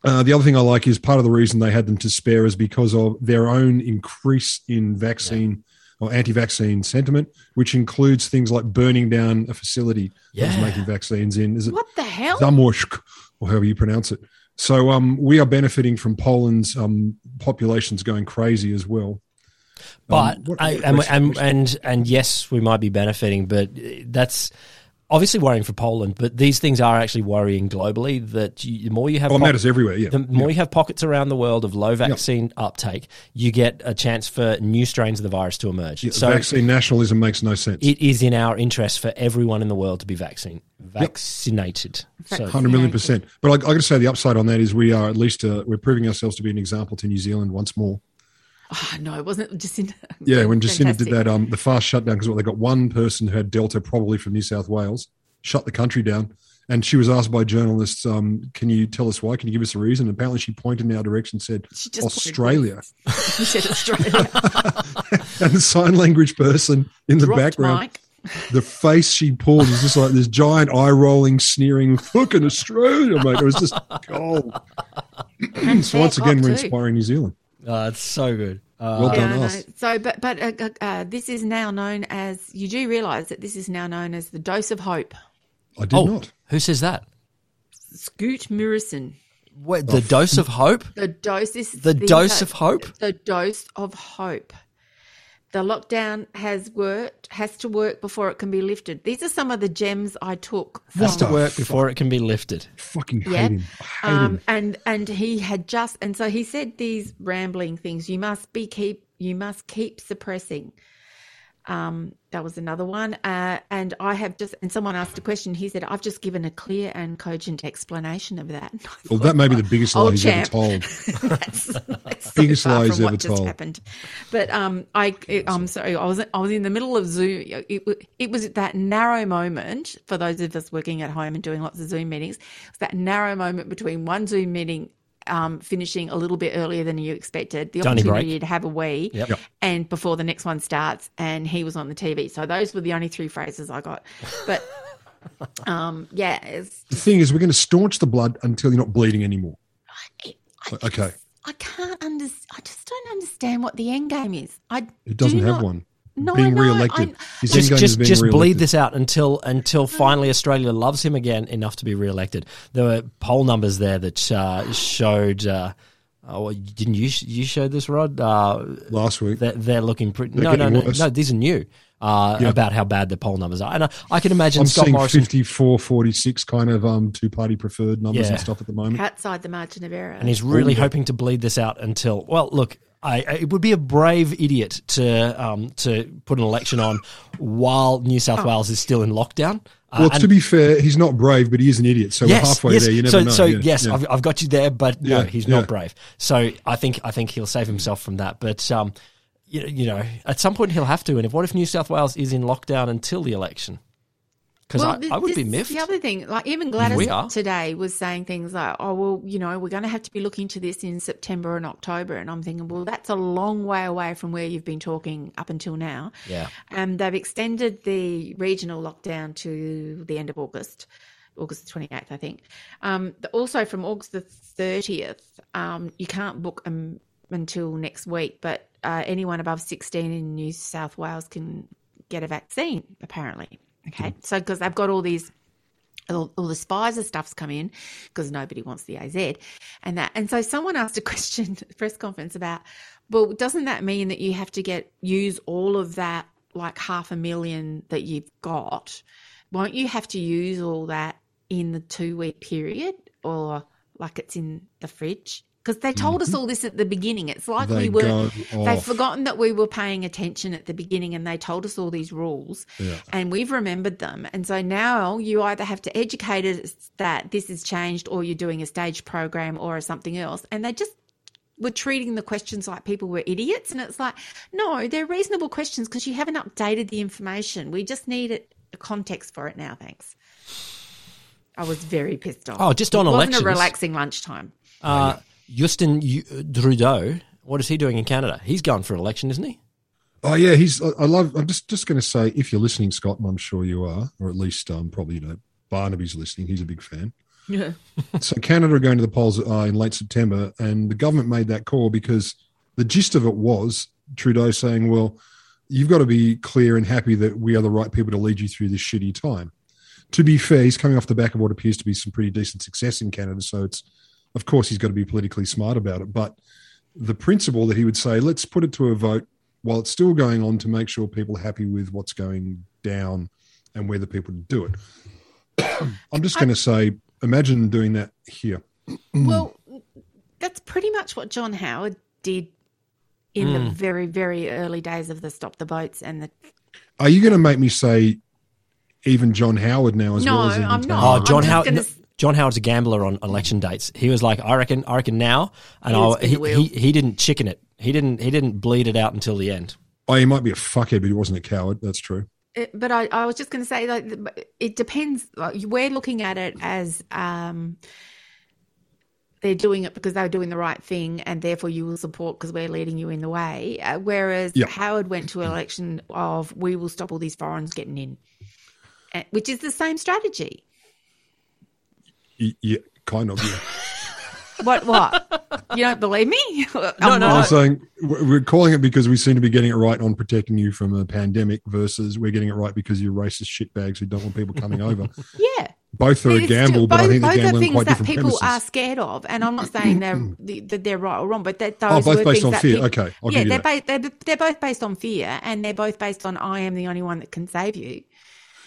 uh, the other thing I like is part of the reason they had them to spare is because of their own increase in vaccine or anti-vaccine sentiment, which includes things like burning down a facility that
Yeah.
was making vaccines in. Is it
what the hell
Zamość, or however you pronounce it. So um, we are benefiting from Poland's um, populations going crazy as well.
But
Um, what-
I,
what
and,
question-
and and and yes, we might be benefiting, but that's obviously worrying for Poland. But these things are actually worrying globally. That you, the more you have,
Oh, it
po-
matters everywhere. Yeah,
the more you have pockets around the world of low vaccine uptake, you get a chance for new strains of the virus to emerge.
Yeah,
so
vaccine nationalism makes no sense.
it is in our interest for everyone in the world to be vaccine vaccinated. So
Hundred million percent. But I, I got to say, the upside on that is we are at least uh, we're proving ourselves to be an example to New Zealand once more.
oh, no it wasn't jacinta
Yeah, when Jacinda
Fantastic.
did that, um, the fast shutdown because what they got one person who had Delta, probably from New South Wales, shut the country down, and she was asked by journalists, um, "Can you tell us why? Can you give us a reason?" And apparently, she pointed in our direction, and said,
She just pointed
"Australia."
you said australia
and the sign language person in the
Dropped
background,
mic.
the face she pulled was just like this giant eye rolling, sneering, fucking Australia, mate. It was just gold. so once
fair cop
again, we're
too.
inspiring New Zealand.
uh, it's so good. Uh,
Well
Yeah,
done,
I know.
us.
So, but but uh, uh, uh, this is now known as. You do realise that this is now known as the dose of hope.
I did
oh,
not.
who says that?
Scoot Morrison.
Wait,
Oh.
the dose of hope.
The dose is
The dose of hope?
The dose of hope. The lockdown has worked. Has to work before it can be lifted. These are some of the gems I took.
Has to
the
work before it can be lifted.
Fucking hate
Yeah.
him. I hate him.
um, and and he had just and so he said these rambling things. You must be keep you must keep suppressing. Um, that was another one. Uh, and I have just and someone asked a question. He said, "I've just given a clear and cogent explanation of that."
Well, that may be the biggest lie
Old
he's
chap.
ever told.
That's- That's so
Biggest
far
lies
from what
ever
just
told.
happened. But um, I, I'm sorry, I was I was in the middle of Zoom. It, wa- it was that narrow moment for those of us working at home and doing lots of Zoom meetings. It's that narrow moment between one Zoom meeting. Um, finishing a little bit earlier than you expected, the
Dunny break.
opportunity to have a wee,
Yep.
and before the next one starts, and he was on the TV. So those were the only three phrases I got. But um, yeah, it's,
The thing is, we're going to staunch the blood until you're not bleeding anymore.
it, I,
Okay,
I can't understand. I just don't understand what the end game is. I
it doesn't
do
have
not-
one.
No,
being
I know,
re-elected.
I'm-
His
Just,
endgame is
just,
being
just bleed
re-elected.
this out until until finally Australia loves him again enough to be re-elected. There were poll numbers there that uh, showed. Uh, oh, didn't you you showed this, Rod? Uh,
last week.
they're, they're looking pretty. no, no,
getting
no,
worse.
no. These are new uh,
Yeah.
about how bad the poll numbers are, and I, I can imagine
I'm
Scott
seeing
Morrison.
54, 46 kind of um, two party preferred numbers
Yeah.
and stuff at the moment.
outside the margin of error.
and he's really hoping to bleed this out until well look I, I- it would be a brave idiot to um, to put an election on while New South Wales is still in lockdown. Uh,
well,
and-
to be fair, he's not brave, but he is an idiot. So we're halfway there. You never
so,
know.
So
yeah,
yes,
yeah.
I've, I've got you there, but no,
Yeah,
he's
yeah.
not brave. So I think I think he'll save himself from that. But um, you, you know, at some point he'll have to. And if what if New South Wales is in lockdown until the election? Because
th-
I, I would be
this-
miffed.
The other thing, like even Gladys
We are.
today was saying things like, "Oh well, you know, we're going to have to be looking to this in September and October," and I'm thinking, well, that's a long way away from where you've been talking up until now.
Yeah.
Um, they've extended the regional lockdown to the end of August, August the 28th, I think. Um, the- also, from August the 30th, um, you can't book um, until next week, but uh, anyone above 16 in New South Wales can get a vaccine, apparently. Okay. So, because they've got all these all, all the Pfizer stuff's come in because nobody wants the AZ and that. And so someone asked a question at the press conference about, well, doesn't that mean that you have to get use all of that like half a million that you've got? Won't you have to use all that in the two week period or like it's in the fridge? Because they told us all this at the beginning. It's like
Mm-hmm. They
we were
go
they've
off.
forgotten that we were paying attention at the beginning and they told us all these rules and we've remembered them. And so now you either have to educate us that this has changed or you're doing a stage program or something else. And they just were treating the questions like people were idiots. And it's like, no, they're reasonable questions because you haven't updated the information. We just need it, a context for it now. Thanks. I was very pissed off.
Oh, just on
it
elections.
Wasn't a relaxing lunchtime.
uh, Justin Yu- Trudeau, what is he doing in Canada? He's gone for an election, isn't he?
Oh yeah, he's. I I love. I'm just just going to say, if you're listening, Scott, and I'm sure you are, or at least um, probably you know Barnaby's listening. He's a big fan.
Yeah.
so Canada are going to the polls uh, in late September, and the government made that call because the gist of it was Trudeau saying, "Well, you've got to be clear and happy that we are the right people to lead you through this shitty time." To be fair, he's coming off the back of what appears to be some pretty decent success in Canada, so it's of course he's got to be politically smart about it. But the principle that he would say, "Let's put it to a vote while it's still going on," to make sure people are happy with what's going down and we're the people to do it. I'm just going to say, imagine doing that here.
Well, that's pretty much what John Howard did in the very, very early days of the Stop the Boats and the.
Are you going to make me say even John Howard now as
No,
well as Ian
I'm
Turner?
not.
Oh,
I'm
John
just
Howard.
gonna
no,
s-
John Howard's a gambler on election dates. He was like, I reckon, I reckon now, and
He'll
I'll,
spin
he,
the wheel.
he he didn't chicken it. He didn't he didn't bleed it out until the end.
Oh, he might be a fuckhead, but he wasn't a coward. That's true.
it- But I, I was just going to say, like, the- it depends. Like, we're looking at it as um, they're doing it because they're doing the right thing, and therefore you will support because we're leading you in the way. Uh, whereas
Yeah.
Howard went to an election of we will stop all these foreigners getting in, Uh, which is the same strategy.
Y- Yeah, kind of. Yeah.
What? What? you don't believe me? no,
I'm saying w- we're calling it because we seem to be getting it right on protecting you from a pandemic versus we're getting it right because you're racist shitbags who don't want people coming over.
Yeah.
Both are a
It's still-
gamble, but I
both-
think they're
both are
gambling on
things
quite
that
different
people
premises.
are scared of, and I'm not saying they're the- that they're right or wrong, but that those
Oh, both
were
based
things
on
that
fear.
peop-
Okay, I'll
yeah,
give you
they're,
that.
Ba- they're they're both based on fear, and they're both based on I am the only one that can save you.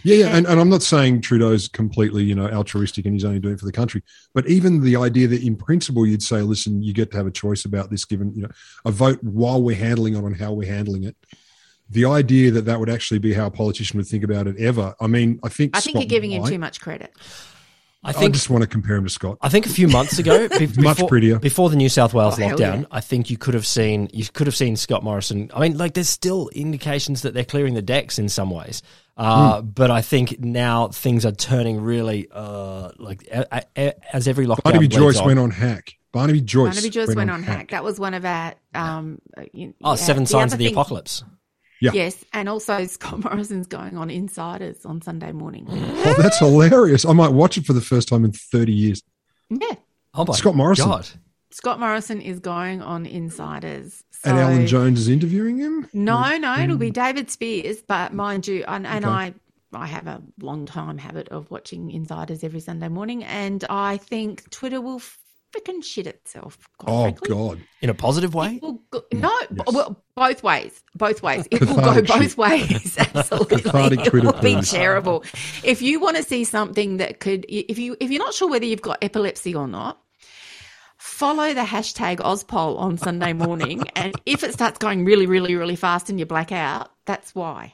Yeah, yeah, and, and I'm not saying Trudeau's completely, you know, altruistic and he's only doing it for the country, but even the idea that in principle you'd say, listen, you get to have a choice about this, given you know, a vote while we're handling it on how we're handling it. The idea that that would actually be how a politician would think about it ever. I mean, I think
I think
Scott
you're giving him
might-
too much credit.
I
I
think
just want to compare him to Scott.
I think a few months ago, be- before,
Much prettier.
before the New South Wales
Oh, hell
lockdown,
yeah.
I think you could have seen you could have seen Scott Morrison. I mean, like there's still indications that they're clearing the decks in some ways, uh,
Hmm.
but I think now things are turning really uh, like a, a- a- as every lockdown.
Barnaby
bleeds
Joyce
on-
went on hack. Barnaby Joyce.
Barnaby Joyce went, on hack. That was one of our. Um, uh, you-
Oh,
yeah.
Seven
The
Signs
other
of the
thing-
Apocalypse.
Yeah.
Yes, and also Scott Morrison's going on Insiders on Sunday morning.
Mm.
Oh, that's hilarious. I might watch it for the first time in 30 years.
yeah,
Oh my
Scott Morrison.
God.
Scott Morrison is going on Insiders.
and Alan
So-
Jones is interviewing him.
No, no, it'll be David Spears. But mind you, and, and I, I have a long time habit of watching Insiders every Sunday morning, and I think Twitter will freaking shit itself. Quite
Oh,
frankly.
God.
in a positive way.
It will go- no, b- well, both ways. Both ways. It will go
Cathartic
both
shit.
ways. Absolutely.
Cathartic
it
Twitter
will be
purge.
terrible. If you want to see something that could, if you if you're not sure whether you've got epilepsy or not. Follow the hashtag OzPoll on Sunday morning, and if it starts going really, really, really fast and you black out, that's why.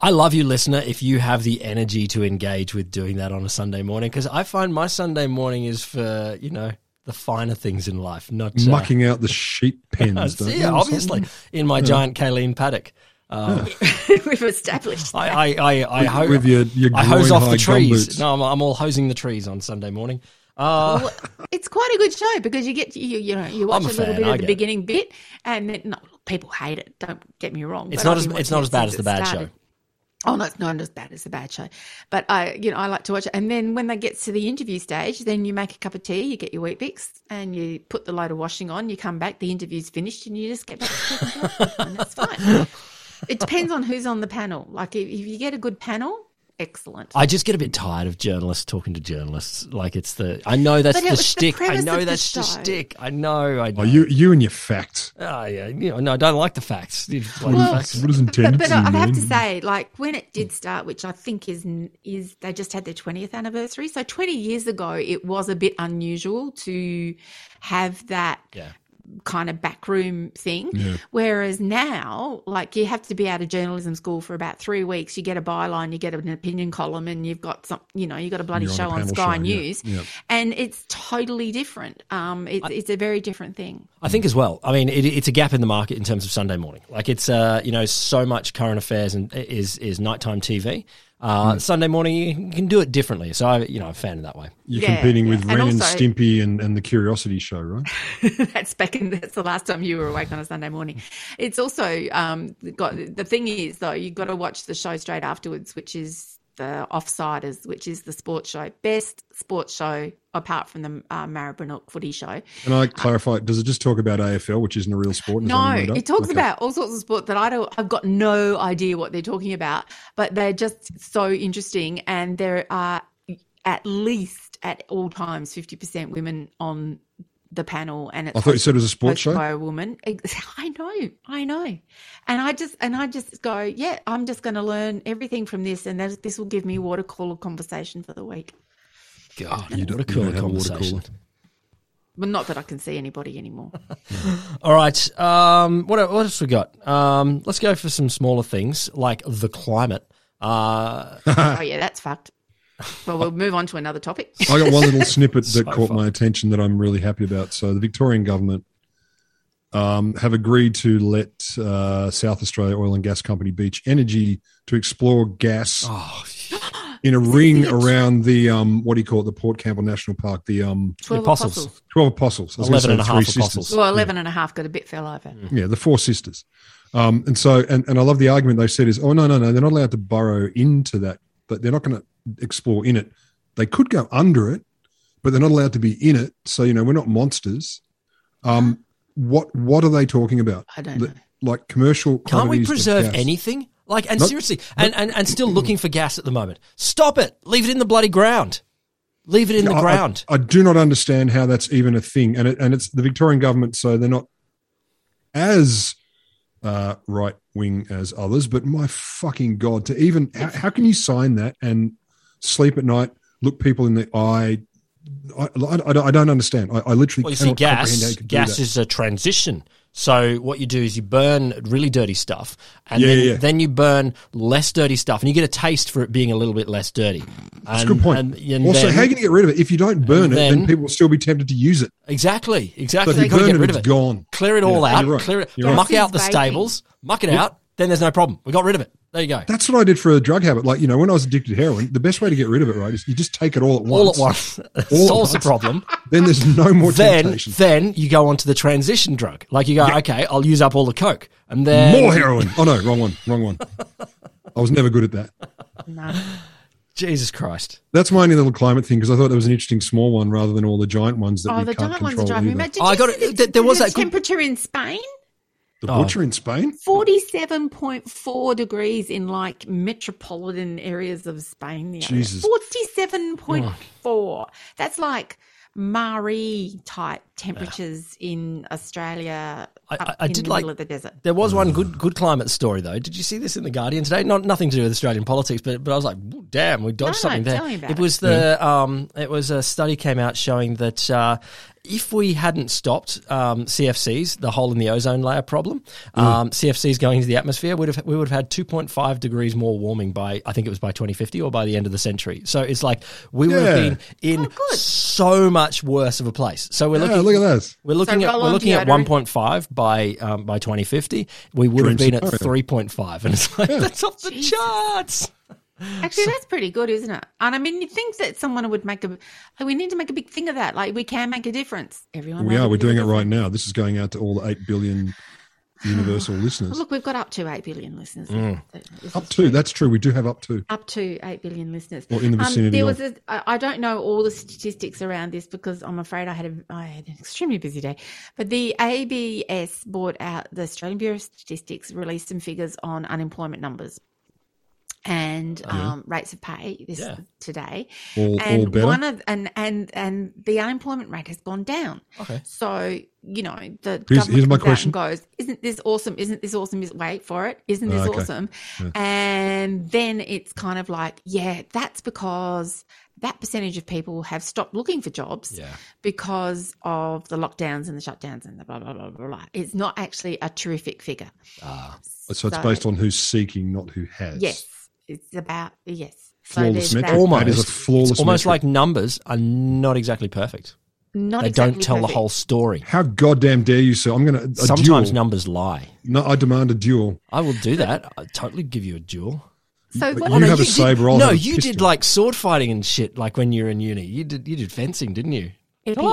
I love you, listener, if you have the energy to engage with doing that on a Sunday morning, because I find my Sunday morning is for, you know, the finer things in life, not uh,
Mucking out the sheep pens. don't
yeah,
you, or
obviously, in my giant Kayleen paddock. Um,
We've established.
I, I, I, I, ho-
with your- your
I hose
groin
off the
high
trees.
gumboots.
No, I'm, I'm all hosing the trees on Sunday morning. Uh,
Well, it's quite a good show because you get to- you you know you watch
I'm
a,
a
little
fan,
bit of
I
the
get it.
beginning bit, and then no, look, people hate it. Don't get me wrong.
it's
but
not
I've
as
been
it's
watching it
not as bad
since
as
it
the bad
started.
show.
Oh no, it's not as bad as the bad show, but I you know I like to watch it. And then when they get to the interview stage, then you make a cup of tea, you get your wheat bix, and you put the load of washing on. You come back, the interview's finished, and you just get back to talking to everyone, and that's fine. It depends on who's on the panel. Like if, if you get a good panel, excellent.
I just get a bit tired of journalists talking to journalists. Like it's the I know that's
But it
the
was the
shtick. I
premise of
know
the
that's the
show.
shtick. I know. I know.
Oh, you, you and your facts.
Ah, yeah, you know, no, I don't like the facts. You just like
Well-
the
What
facts.
does
But,
intended
but I- I'd have to
mean?
say, like when it did start, which I think is n- is they just had their twentieth anniversary. So twenty years ago, it was a bit unusual to have that
Yeah.
kind of backroom thing.
Yeah.
Whereas now, like you have to be out of journalism school for about three weeks. You get a byline, you get an opinion column, and you've got some, you know, you got a bloody
You're on a
show on,
panel
Sky
show, yeah,
News,
yeah.
and it's totally different. Um, it's it's a very different thing.
I think as well. I mean, it, it's a gap in the market in terms of Sunday morning. Like it's uh, you know, so much current affairs and is is nighttime TV.
Hmm.
Uh, Sunday morning you can do it differently. So I, you know, I'm a fan in that way.
You're
Yeah,
competing with
yeah. And
Ren and,
also-
Stimpy and, and the Curiosity Show, right?
that's back in that's the last time you were awake on a sunday morning it's also um got the thing is though you've got to watch the show straight afterwards which is the offsiders which is the sports show best sports show apart from the uh, maribyrnong footy show
Can I clarify? Does it just talk about AFL, which isn't a real sport? and is
no
only made up?
it talks
Okay.
about all sorts of sport that i don't i've got no idea what they're talking about but they're just so interesting and there are at least at all times 50% women on the panel and it's
I thought you said it was a sports
hosted
show.
by a woman. Ex- I know, I know, and I just and I just go, yeah, I'm just going to learn everything from this, and that, this will give me water cooler conversation for the week.
God,
You don't-
what a
you
cooler
don't have a water
conversation.
cooler.
But not that I can see anybody anymore.
All right. Um, what, what else we got? Um, let's go for some smaller things like the climate. Uh,
oh yeah, that's fucked. Well, we'll move on to another topic.
I got one little snippet that caught
far.
my attention that I'm really happy about. So the Victorian government um, have agreed to let uh, South Australia Oil and Gas Company Beach Energy to explore gas
oh,
in a ring around the um, what do you call it? The Port Campbell National Park, the um,
Twelve
apostles.
apostles.
Twelve Apostles. I was
11
gonna
and a
say
half
Three
apostles.
Sisters.
Well, eleven and a half got a bit fell over.
Yeah, the Four Sisters. Um, and so, and, and I love the argument they said is, oh no, no, no, they're not allowed to burrow into that, but they're not going to explore in it. They could go under it, but they're not allowed to be in it. So you know, we're not monsters. Um, what what are they talking about?
I don't
The-
know.
Like commercial.
can't we
quantities of
preserve
gas.
anything? Like, and
Nope.
seriously, and, and, and still looking for gas at the moment. Stop it. Leave it in the bloody ground. Leave it in
I-
the
I-
ground.
I, do not understand how that's even a thing, and it, and it's the Victorian government, so they're not as uh, right wing as others. But my fucking god, to even how, how can you sign that and sleep at night, look people in the eye? I, I, I don't- I don't understand. I, I literally
well, you see,
cannot comprehend how
gas
you could do
gas
that.
is a transition So what you do is you burn really dirty stuff, and
Yeah,
then,
yeah, yeah.
then you burn less dirty stuff, and you get a taste for it being a little bit less dirty.
That's a good point.
And, and
also,
then-
how are you going to get rid of it? If you don't burn it,
then-
then people will still be tempted to use it.
Exactly, exactly.
But if
You've got
you
to
burn
get
it,
rid
it's
of it.
gone.
Clear it all
Yeah,
out.
you're right.
Clear it.
You're right.
Muck out the
This is vaping.
stables. Muck it out. Then there's no problem. We got rid of it. There you go.
That's what I did for a drug habit. Like, you know, when I was addicted to heroin, the best way to get rid of it, right, is you just take it all at once.
all at once.
All at
Solves the
once.
problem.
Then there's no more
Then,
temptation.
then you go on to the transition drug. Like you go, okay, I'll use up all the coke, and then
More heroin. Oh, no, wrong one. Wrong one. I was never good at that.
No.
Jesus Christ!
That's my only little climate thing because I thought that was an interesting small one rather than all the giant ones that
Oh,
we
the
can't
giant ones
control
are driving me
either.
mad. Did
Oh, I
you
got
see
it.
the-
There- there was
the
that good-
temperature in Spain.
The
Oh.
butcher in Spain?
47.4 degrees in like metropolitan areas of Spain. The other day.
Jesus.
47.4. That's like Marie type temperatures in Australia
I-
up
I- I
in
did
the
like-
middle of the desert.
There was one good good climate story though. Did you see this in the Guardian today? Not nothing to do with Australian politics, but but I was like, "Ooh, damn, we dodged
No,
something
tell me
there.
about
It was the um, it was a study came out showing that uh, if we hadn't stopped um, CFCs, the hole in the ozone layer problem,
Mm.
um, CFCs going into the atmosphere, would have we would have had two point five degrees more warming by I think it was by twenty fifty or by the end of the century. So it's like we would have
Yeah.
been in
Oh, good.
so much worse of a place. So we're
Yeah,
looking
look at this.
we're looking at
roll
we're
on
looking at
deodorant.
1.5 by um, by 2050. We would have
Dream
been at
scenario.
3.5, and it's like that's off the
Jesus.
charts.
Actually, that's pretty good, isn't it? And I mean, you think that someone would make a. Like, we need to make a big thing of that. Like, we can make a difference. Everyone.
We
make
are.
a
We're
bit of a
doing it
difference.
right now. This is going out to all the 8 billion universal listeners. Mm.
Look, we've got up to 8 billion listeners. So this
Up
is
to. That's true. We do have up to.
up to 8 billion listeners. Um,
Or in the vicinity
there
of.
was a, I I don't know all the statistics around this because I'm afraid I had a, I had an extremely busy day. But the ABS brought out the Australian Bureau of Statistics released some figures on unemployment numbers and um, rates of pay this
Yeah.
today.
Oh, All, all
And
better.
one of and and and the unemployment rate has gone down.
Okay.
So you know the
Here's-
government
here's my
comes out
question.
and goes, "Isn't this awesome? Isn't this awesome? Is- Wait for it! Isn't this
Ah, okay.
awesome?" And then it's kind of like, "Yeah, that's because that percentage of people have stopped looking for jobs
Yeah.
because of the lockdowns and the shutdowns and the blah blah blah blah blah." It's not actually a terrific figure.
so it's based on who's seeking, not who has.
yes, it's about yes.
Flawless
there's that.
metric. That is a
Almost.
flawless.
It's almost
metric.
like numbers are not exactly perfect.
Not
they
exactly
don't tell the
perfect.
whole story.
How goddamn dare you, sir? I'm going to.
Sometimes
duel.
numbers lie.
No, I demand a duel.
I will do that. I totally give you a duel.
So what
You
I-
have a saber. I'll
No,
have a
you did
pistol.
like sword fighting and shit. Like when you were in uni, you did you did fencing, didn't you?
Epi.
I,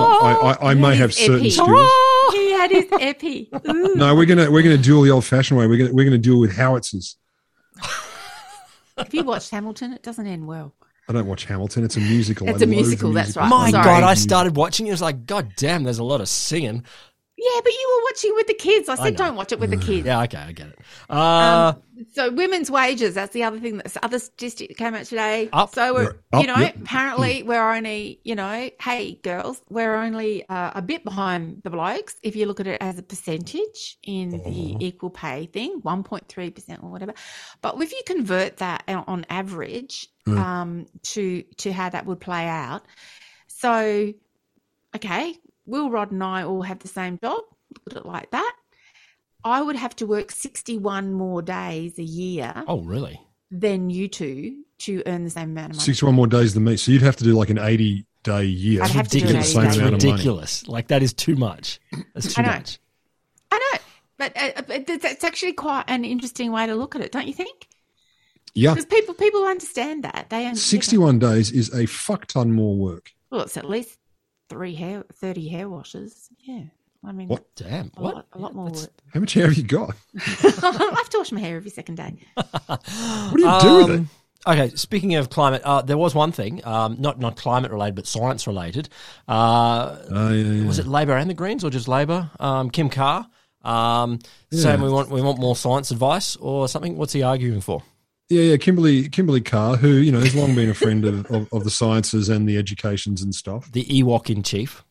I, I may
He's
have certain
epic.
skills.
He had his epi. Ooh.
No, we're gonna we're gonna duel the old fashioned way. We're gonna we're gonna duel with howitzers.
If you watched Hamilton, it doesn't end well.
I don't watch Hamilton. It's a musical.
It's
a
a musical, that's right.
My
Sorry.
God, I started watching. It was like, God damn, there's a lot of singing.
Yeah, but you were watching with the kids. I said,
know.
don't watch it with the kids.
Yeah, okay, I get it. Uh,
Um, So women's wages. That's the other thing. That's the other statistic that came out today.
Up.
so we're,
Up,
you know,
yep.
apparently we're only, you know, hey girls, we're only uh, a bit behind the blokes if you look at it as a percentage in the
Oh.
equal pay thing, one point three percent or whatever. But if you convert that o- on average
Mm.
um, to to how that would play out, so okay, Will Rod and I all have the same job. Look at it like that. I would have to work 61 more days a year
oh, really?
than you two to earn the same amount of money.
Sixty-one more days than me, so you'd have to do like an eighty-day year
I'd have to do
get the
an 80-day
same amount
That's
of money.
ridiculous. Like that is too much. That's too
I know.
much.
I know, but uh, but that's- that's actually quite an interesting way to look at it, don't you think?
Yeah,
Because people people understand that they un-
sixty-one days is a fuck ton more work.
Well, it's at least three hair, thirty hair washes. Yeah, I mean,
What?
Damn.
A
What?
lot, a lot more
That's-
work.
How much hair have you got?
I have to wash my hair every second day.
What do you do with it?
Um, Okay, speaking of climate, uh, there was one thing, um, not not climate related, but science related. Uh,
Oh, yeah, yeah.
was it Labor and the Greens, or just Labor? Um, Kim Carr um, saying we want we want more science advice or something. What's he arguing for?
Yeah, yeah, Kimberly Kimberly Carr, who you know has long been a friend of, of, of the sciences and the educations and stuff.
The Ewok in chief.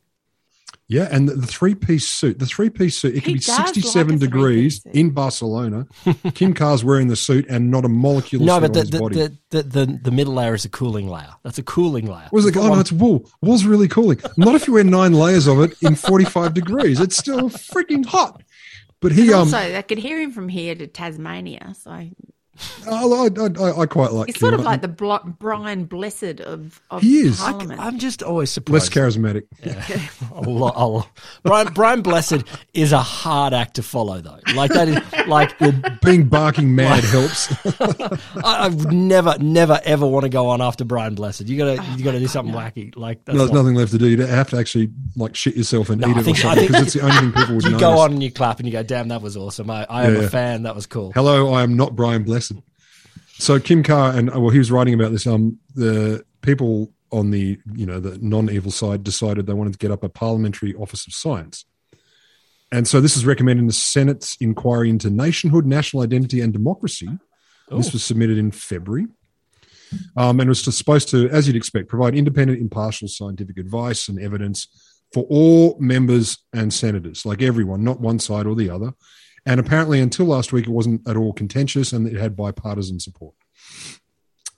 Yeah, and the, the three-piece suit, the three-piece suit, it can
He
be
does like a
sixty-seven
three-piece
degrees
suit.
in Barcelona. Kim Carr's wearing the suit and not a molecule.
No,
of sweat
but the
on his body.
the, the, the the the middle layer is a cooling layer. That's a cooling layer.
was like, oh no, it's wool. Wool's really cooling. Not if you wear nine layers of it in 45 degrees. It's still freaking hot. But he um,
also, I could hear him from here to Tasmania. So he's
I, I, I, I quite
sort
like. Keir
of
Martin.
like the Blo- Brian Blessed of, of
He is. I c-
Parliament.
I'm just always
less
surprised.
charismatic.
a lot, a lot. Brian, Brian Blessed is a hard act to follow, though. Like that is like will
Being barking mad helps.
I, I would never, never, ever want to go on after Brian Blessed. You gotta, you gotta do something wacky. Like that's
Oh No, there's
not-
nothing left to do. You have to actually like shit yourself and
No,
eat
I
it
think-
or
I
something
think-
because it's the only thing people would
You
notice.
go on and you clap and you go, "Damn, that was awesome! I, I am
Yeah.
a fan. That was cool."
Hello, I am not Brian Blessed. So Kim Carr and uh, well, he was writing about this. Um, the people on the you know the non-evil side decided they wanted to get up a parliamentary office of science, and so this is recommended in the Senate's inquiry into nationhood, national identity, and democracy. This was submitted in February. Um, and was just supposed to, as you'd expect, provide independent, impartial scientific advice and evidence for all members and senators, like everyone, not one side or the other. And apparently, until last week, it wasn't at all contentious and it had bipartisan support.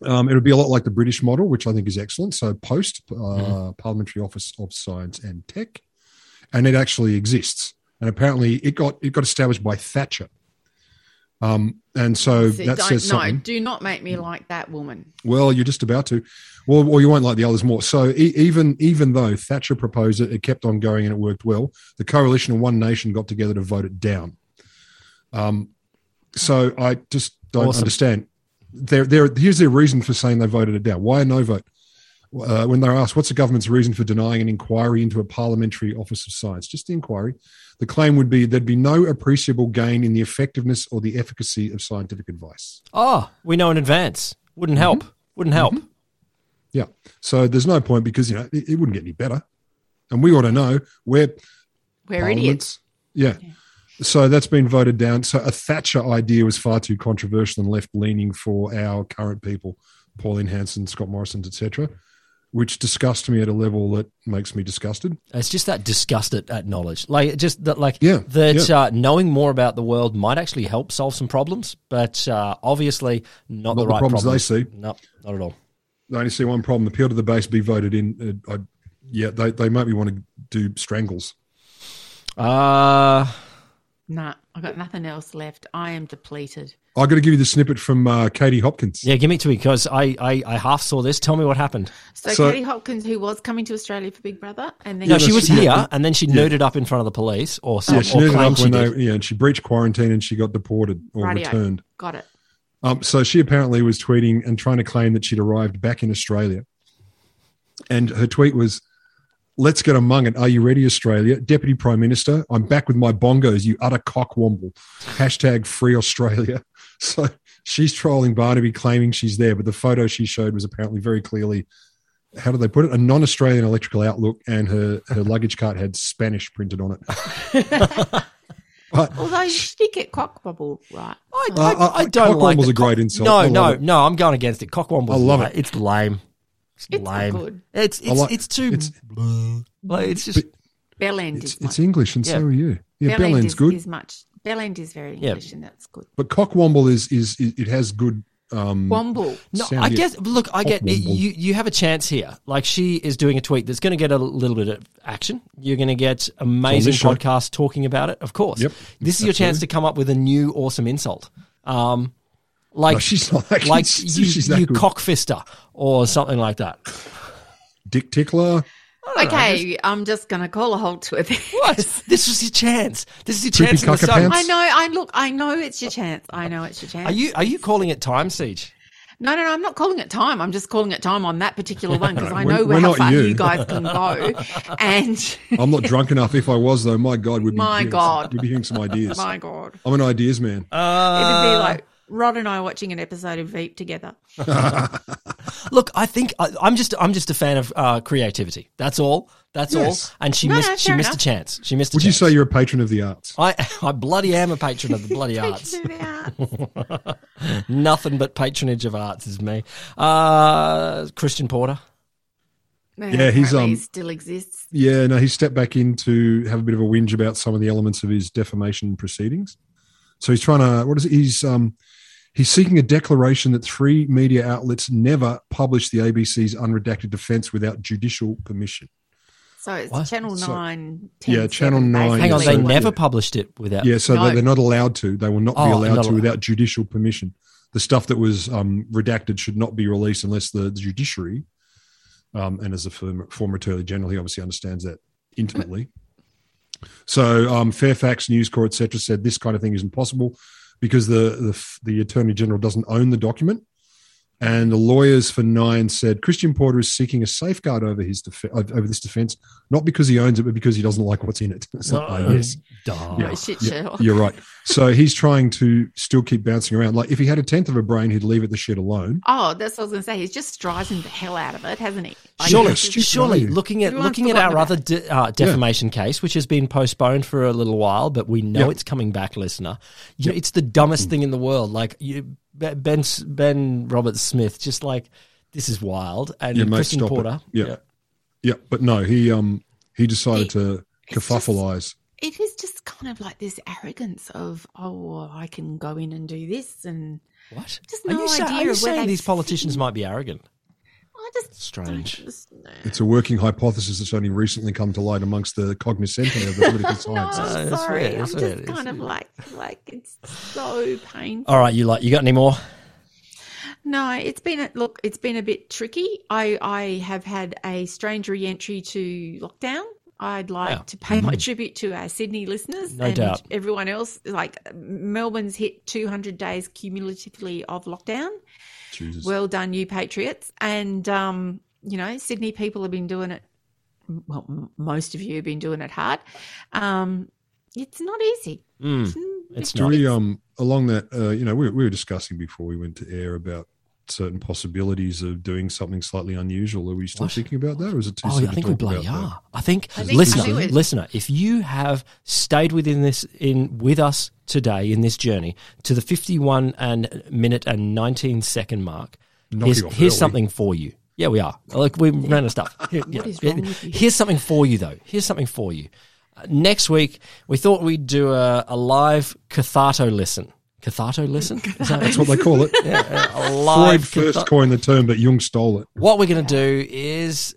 Um, it would be a lot like the British model, which I think is excellent. So, post uh, Parliamentary Office of Science and Tech, and it actually exists. And apparently, it got it got established by Thatcher. Um, and so,
So
that
don't-
says something. Hmm.
No, do not make me like that woman.
Well, you're just about to. Well, well, you won't like the others more. So e- even even though Thatcher proposed it, it kept on going and it worked well. The coalition of One Nation got together to vote it down. Um, so I just don't
Awesome.
understand. There, there. Here's their reason for saying they voted it down. Why a no vote? Uh, when they're asked, what's the government's reason for denying an inquiry into a parliamentary office of science? Just the inquiry. The claim would be there'd be no appreciable gain in the effectiveness or the efficacy of scientific advice.
Oh, we know in advance. Wouldn't help.
Mm-hmm.
Wouldn't help.
Yeah. So there's no point because you know it, it wouldn't get any better, and we ought to know we're
We're idiots.
Yeah. So that's been voted down. So a Thatcher idea was far too controversial and left leaning for our current people, Pauline Hanson, Scott Morrison, etc., which disgusts me at a level that makes me disgusted.
It's just that disgust at, at knowledge. Like just that. Like
Yeah,
that.
yeah.
Uh, knowing more about the world might actually help solve some problems, but uh, obviously not, the
the
right
problems they see.
No, not at all.
I only see one problem: appeal to the base be voted in. Uh, I, yeah, they they make me want to do strangles.
Uh
Nah, I've got nothing else left. I am depleted.
I got to give you the snippet from uh, Katie Hopkins.
yeah, give me two because I, I I half saw this. Tell me what happened.
So,
So-
Katie Hopkins, who was coming to Australia for Big Brother, and then
No, she was
she-
here, and then she nerded up in front of the police, or some,
Yeah, she
or
ended
claimed
up
she
when
did.
they, yeah, and she breached quarantine and she got deported or
Radio.
returned.
Got it.
Um, so she apparently was tweeting and trying to claim that she'd arrived back in Australia. And her tweet was, Let's get among it. Are you ready, Australia? Deputy Prime Minister, I'm back with my bongos, you utter cockwomble. Hashtag free Australia. So she's trolling Barnaby, claiming she's there, but the photo she showed was apparently very clearly, how did they put it? A non Australian electrical outlook, and her, her luggage cart had Spanish printed on it. but
Although she did get cockbobble right.
I,
Uh,
I,
uh,
I don't like
cockwomble's
the
a great
cock-
insult. I
No,
love
no,
it.
no. I'm going against it. Cockwomble's.
I love
li-
it.
It's lame. It's,
It's not
lame.
good.
It's it's,
like-
it's too.
it's-
like, it's just
Bell End
it's,
is much-
it's English, and
Yeah.
so are you. Yeah,
Bell End
Bellend's
is,
good.
is much. Bell End is very
Yeah.
English, and that's good.
but cockwomble is, is is it has good um
Womble.
no.
sound
I
here.
guess. Look, I get
Cockwomble.
you. You have a chance here. Like she is doing a tweet that's going to get a little bit of action. You're going to get amazing
show.
podcasts talking about it. Of course.
Yep,
This is your chance to come up with a new awesome insult. Um, like
No, she's not that-
like
she's-
you,
she's that
you
good.
cockfister or something like that.
dick tickler
Okay, I'm just going to call a halt to it.
What? This is your chance. This is your
Creepy
chance in the
cocker
sun.
pants.
I know. I look. I know it's your chance. I know it's your chance.
Are you are you calling it time siege?
No, no, no. I'm not calling it time. I'm just calling it time on that particular one because I
We're-
know
we're
how
not
far
you.
you. guys can go. And
i'm not drunk enough if i was though my god would be
My
hearing
God.
some, we'd be hearing some ideas
my God,
i'm an ideas man
Uh,
it'd be like Rod and I watching an episode of Veep together.
Look, I think I, I'm just I'm just a fan of uh, creativity. That's all. That's
Yes.
all. And she
No,
missed
no,
she
fair
missed a
enough.
chance. She missed. A
would you
chance.
say you're a patron of the arts
I I bloody am a patron of the bloody arts. Nothing but patronage of arts is me. Uh, Christian Porter.
Yeah, he's, um,
he still exists.
yeah no he stepped back in to have a bit of a whinge about some of the elements of his defamation proceedings so he's trying to what is it he's um He's seeking a declaration that three media outlets never published the ABC's unredacted defense without judicial permission.
So it's
What?
Channel
So-
9.
Yeah,
10,
Channel
seven,
9,
Hang on,
basically.
they
Yeah.
never published it without.
Yeah, so
No.
they- they're not allowed to. They will not be
Oh,
allowed
not
to
allowed.
without judicial permission. The stuff that was um, redacted should not be released unless the judiciary, um, and as a former, former attorney general, he obviously understands that intimately. So um, Fairfax, News Corps, etc., said this kind of thing is impossible because the, the f- the attorney general doesn't own the document. And the lawyers for Nine said Christian Porter is seeking a safeguard over his def- over this defense, not because he owns it, but because he doesn't like what's in it. It's like,
Oh,
oh, yes.
die.
Oh, shit show.
You're right. So he's trying to still keep bouncing around. Like if he had a tenth of a brain, he'd leave it the shit alone.
Oh, that's what I was going to say. He's just striving the hell out of it, hasn't he? Like,
Surely,
it's just-
surely,
value.
looking at
Everyone's
looking at
forgotten
our
about
other de- uh, defamation case, which has been postponed for a little while, but we know
Yeah.
it's coming back, listener. You know, it's the dumbest thing in the world. Like you, Be- Ben S- Ben Robert Smith, just like this is wild. And
Yeah, mate,
Christian
stop it.
Porter,
Yeah. Yeah, but no, he um he decided
He-
to
it's
kerfuffleize.
It is just kind of like this arrogance of, oh, well, I can go in and do this. And
what?
Just
are
no
you, sa-
idea
are you
of where
saying
they
these politicians
fit in.
might be arrogant?
I just.
Strange.
It's a working hypothesis that's only recently come to light amongst the cognoscenti of the political
No,
sciences.
Uh, that's
sorry.
weird, that's
I'm
weird,
just
it's
kind of like, like it's so painful.
All right, you like you got any more?
No, it's been a, look. It's been a bit tricky. I I have had a strange re-entry to lockdown. I'd like
Wow. Mm-hmm.
to pay my tribute to our Sydney listeners
No
and
doubt.
everyone else. Like Melbourne's hit 200 days cumulatively of lockdown.
Jesus.
Well done, you patriots! And um, you know, Sydney people have been doing it. Well, m- most of you have been doing it hard. Um, it's not easy.
Mm,
It's
it's
Do
not.
we um along that uh, you know we, we were discussing before we went to air about certain possibilities of doing something slightly unusual. Are we still
What?
thinking about that, or is it too
Oh,
soon
yeah, I think
to
we
talk
bloody
about that?
are. I think,
I think-
listener,
I think we-
listener, if you have stayed within this in with us today in this journey to the fifty-one and minute and nineteen second mark,
Knocking
here's,
off
here's
early.
something for you. Yeah, we are. Look, we ran out of stuff. Here- yeah.
is wrong with you?
Here's something for you, though. Here's something for you. Uh, next week, we thought we'd do a, a live catharto listen. Catharto listen? Is that-
That's what they call it.
a
Freud
live
first
catha-
coined the term, but Jung stole it.
What we're going to do is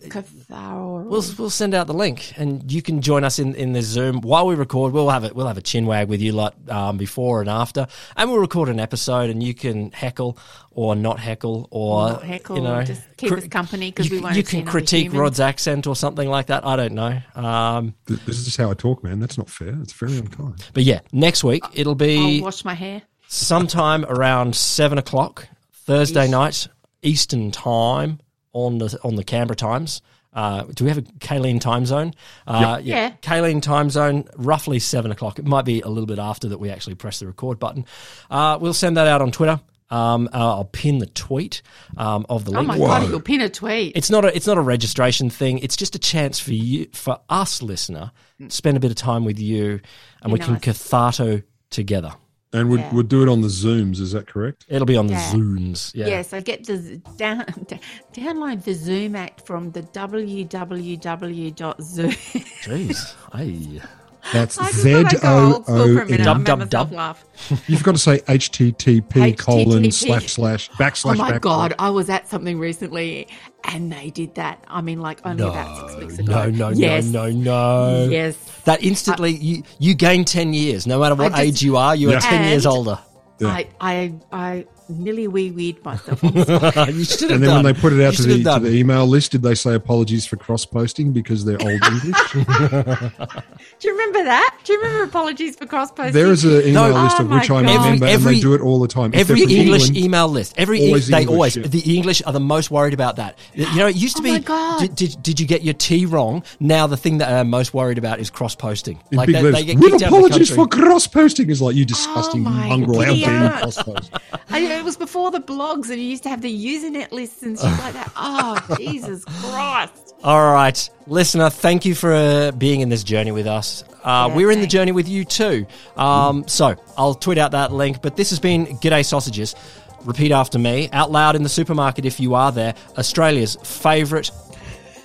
Catharsis.
We'll we'll send out the link, and you can join us in, in the Zoom while we record. We'll have it. We'll have a chin wag with you lot um, before and after, and we'll record an episode, and you can heckle or not heckle or
Not heckle,
you know,
just keep us company 'cause
you-
we won't
You
see
can
another
critique
human.
Rod's accent or something like that. I don't know, um,
Th- This is just how I talk, man. That's not fair. It's very unkind.
but yeah, next week it'll
I'll
be
wash my hair.
sometime around seven o'clock Thursday night Eastern time on the on the Canberra times. Uh, do we have a Kayleen time zone? Uh,
Yeah.
Kayleen time zone, roughly seven o'clock. It might be a little bit after that we actually press the record button. Uh, we'll send that out on Twitter. Um, uh, I'll pin the tweet um, of the
Oh
link.
my god! You'll pin a tweet.
It's not a it's not a registration thing. It's just a chance for you for us listener to spend a bit of time with you, and we can
nice.
catharto together.
And we'd,
Yeah.
we'd do it on the Zooms. Is that correct?
It'll be on
Yeah.
the Zooms. Yeah.
Yes, I get the z- down, d- download the Zoom app from the www.zoom.
Jeez. Hey.
That's
I just
Z
thought I'd go
O
old school for
O
a minute.
N.
I
Dum,
made
dum,
myself
dum.
laugh.
You've got to say HTTP colon
HTTP.
slash slash backslash.
oh my
backslash.
god! I was at something recently, and they did that. I mean, like only about six weeks ago.
No, no,
yes.
no, no, no.
Yes.
That instantly, you, you gain 10 years. No matter what
I just-
age you are, you
Yeah.
are 10 years
And-
older.
Yeah.
I, I, I nearly wee weed myself. on the-
you should have
And then
done.
when they put it
you
out to
should
the,
have
to
done.
the email list, did they say apologies for cross posting because they're old English?
Do you remember that? Do you remember apologies for cross posting?
there is an email
No.
list
Oh
of
my
which I'm
God.
a member, and
Every-
they do it all the time. If they're
Every
from
English
England-
email list, every e-
Always
they
English,
always
yeah.
the English are the most worried about that. You know, it used to
Oh
be
my God.
Did, did did you get your T wrong? Now the thing that I'm most worried about is cross posting.
in big
they,
letters,
they get
with
kicked out of the
apologies for
country.
cross posting is like you disgusting
Oh my
mongrel. How dare you
God.
cross-post?
I, it was before the blogs, and you used to have the usernet lists and stuff like that. Oh, Jesus Christ!
All right, listener, thank you for uh, being in this journey with us. Uh,
Yeah,
we're in the
thanks.
journey with you too. Um, so I'll tweet out that link. But this has been G'day Sausages. Repeat after me out loud in the supermarket if you are there. Australia's favourite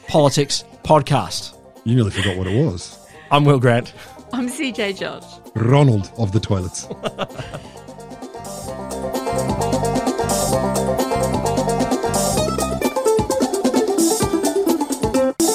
politics podcast.
You nearly forgot what it was.
I'm Will Grant.
I'm CJ Josh.
Ronald of the toilets.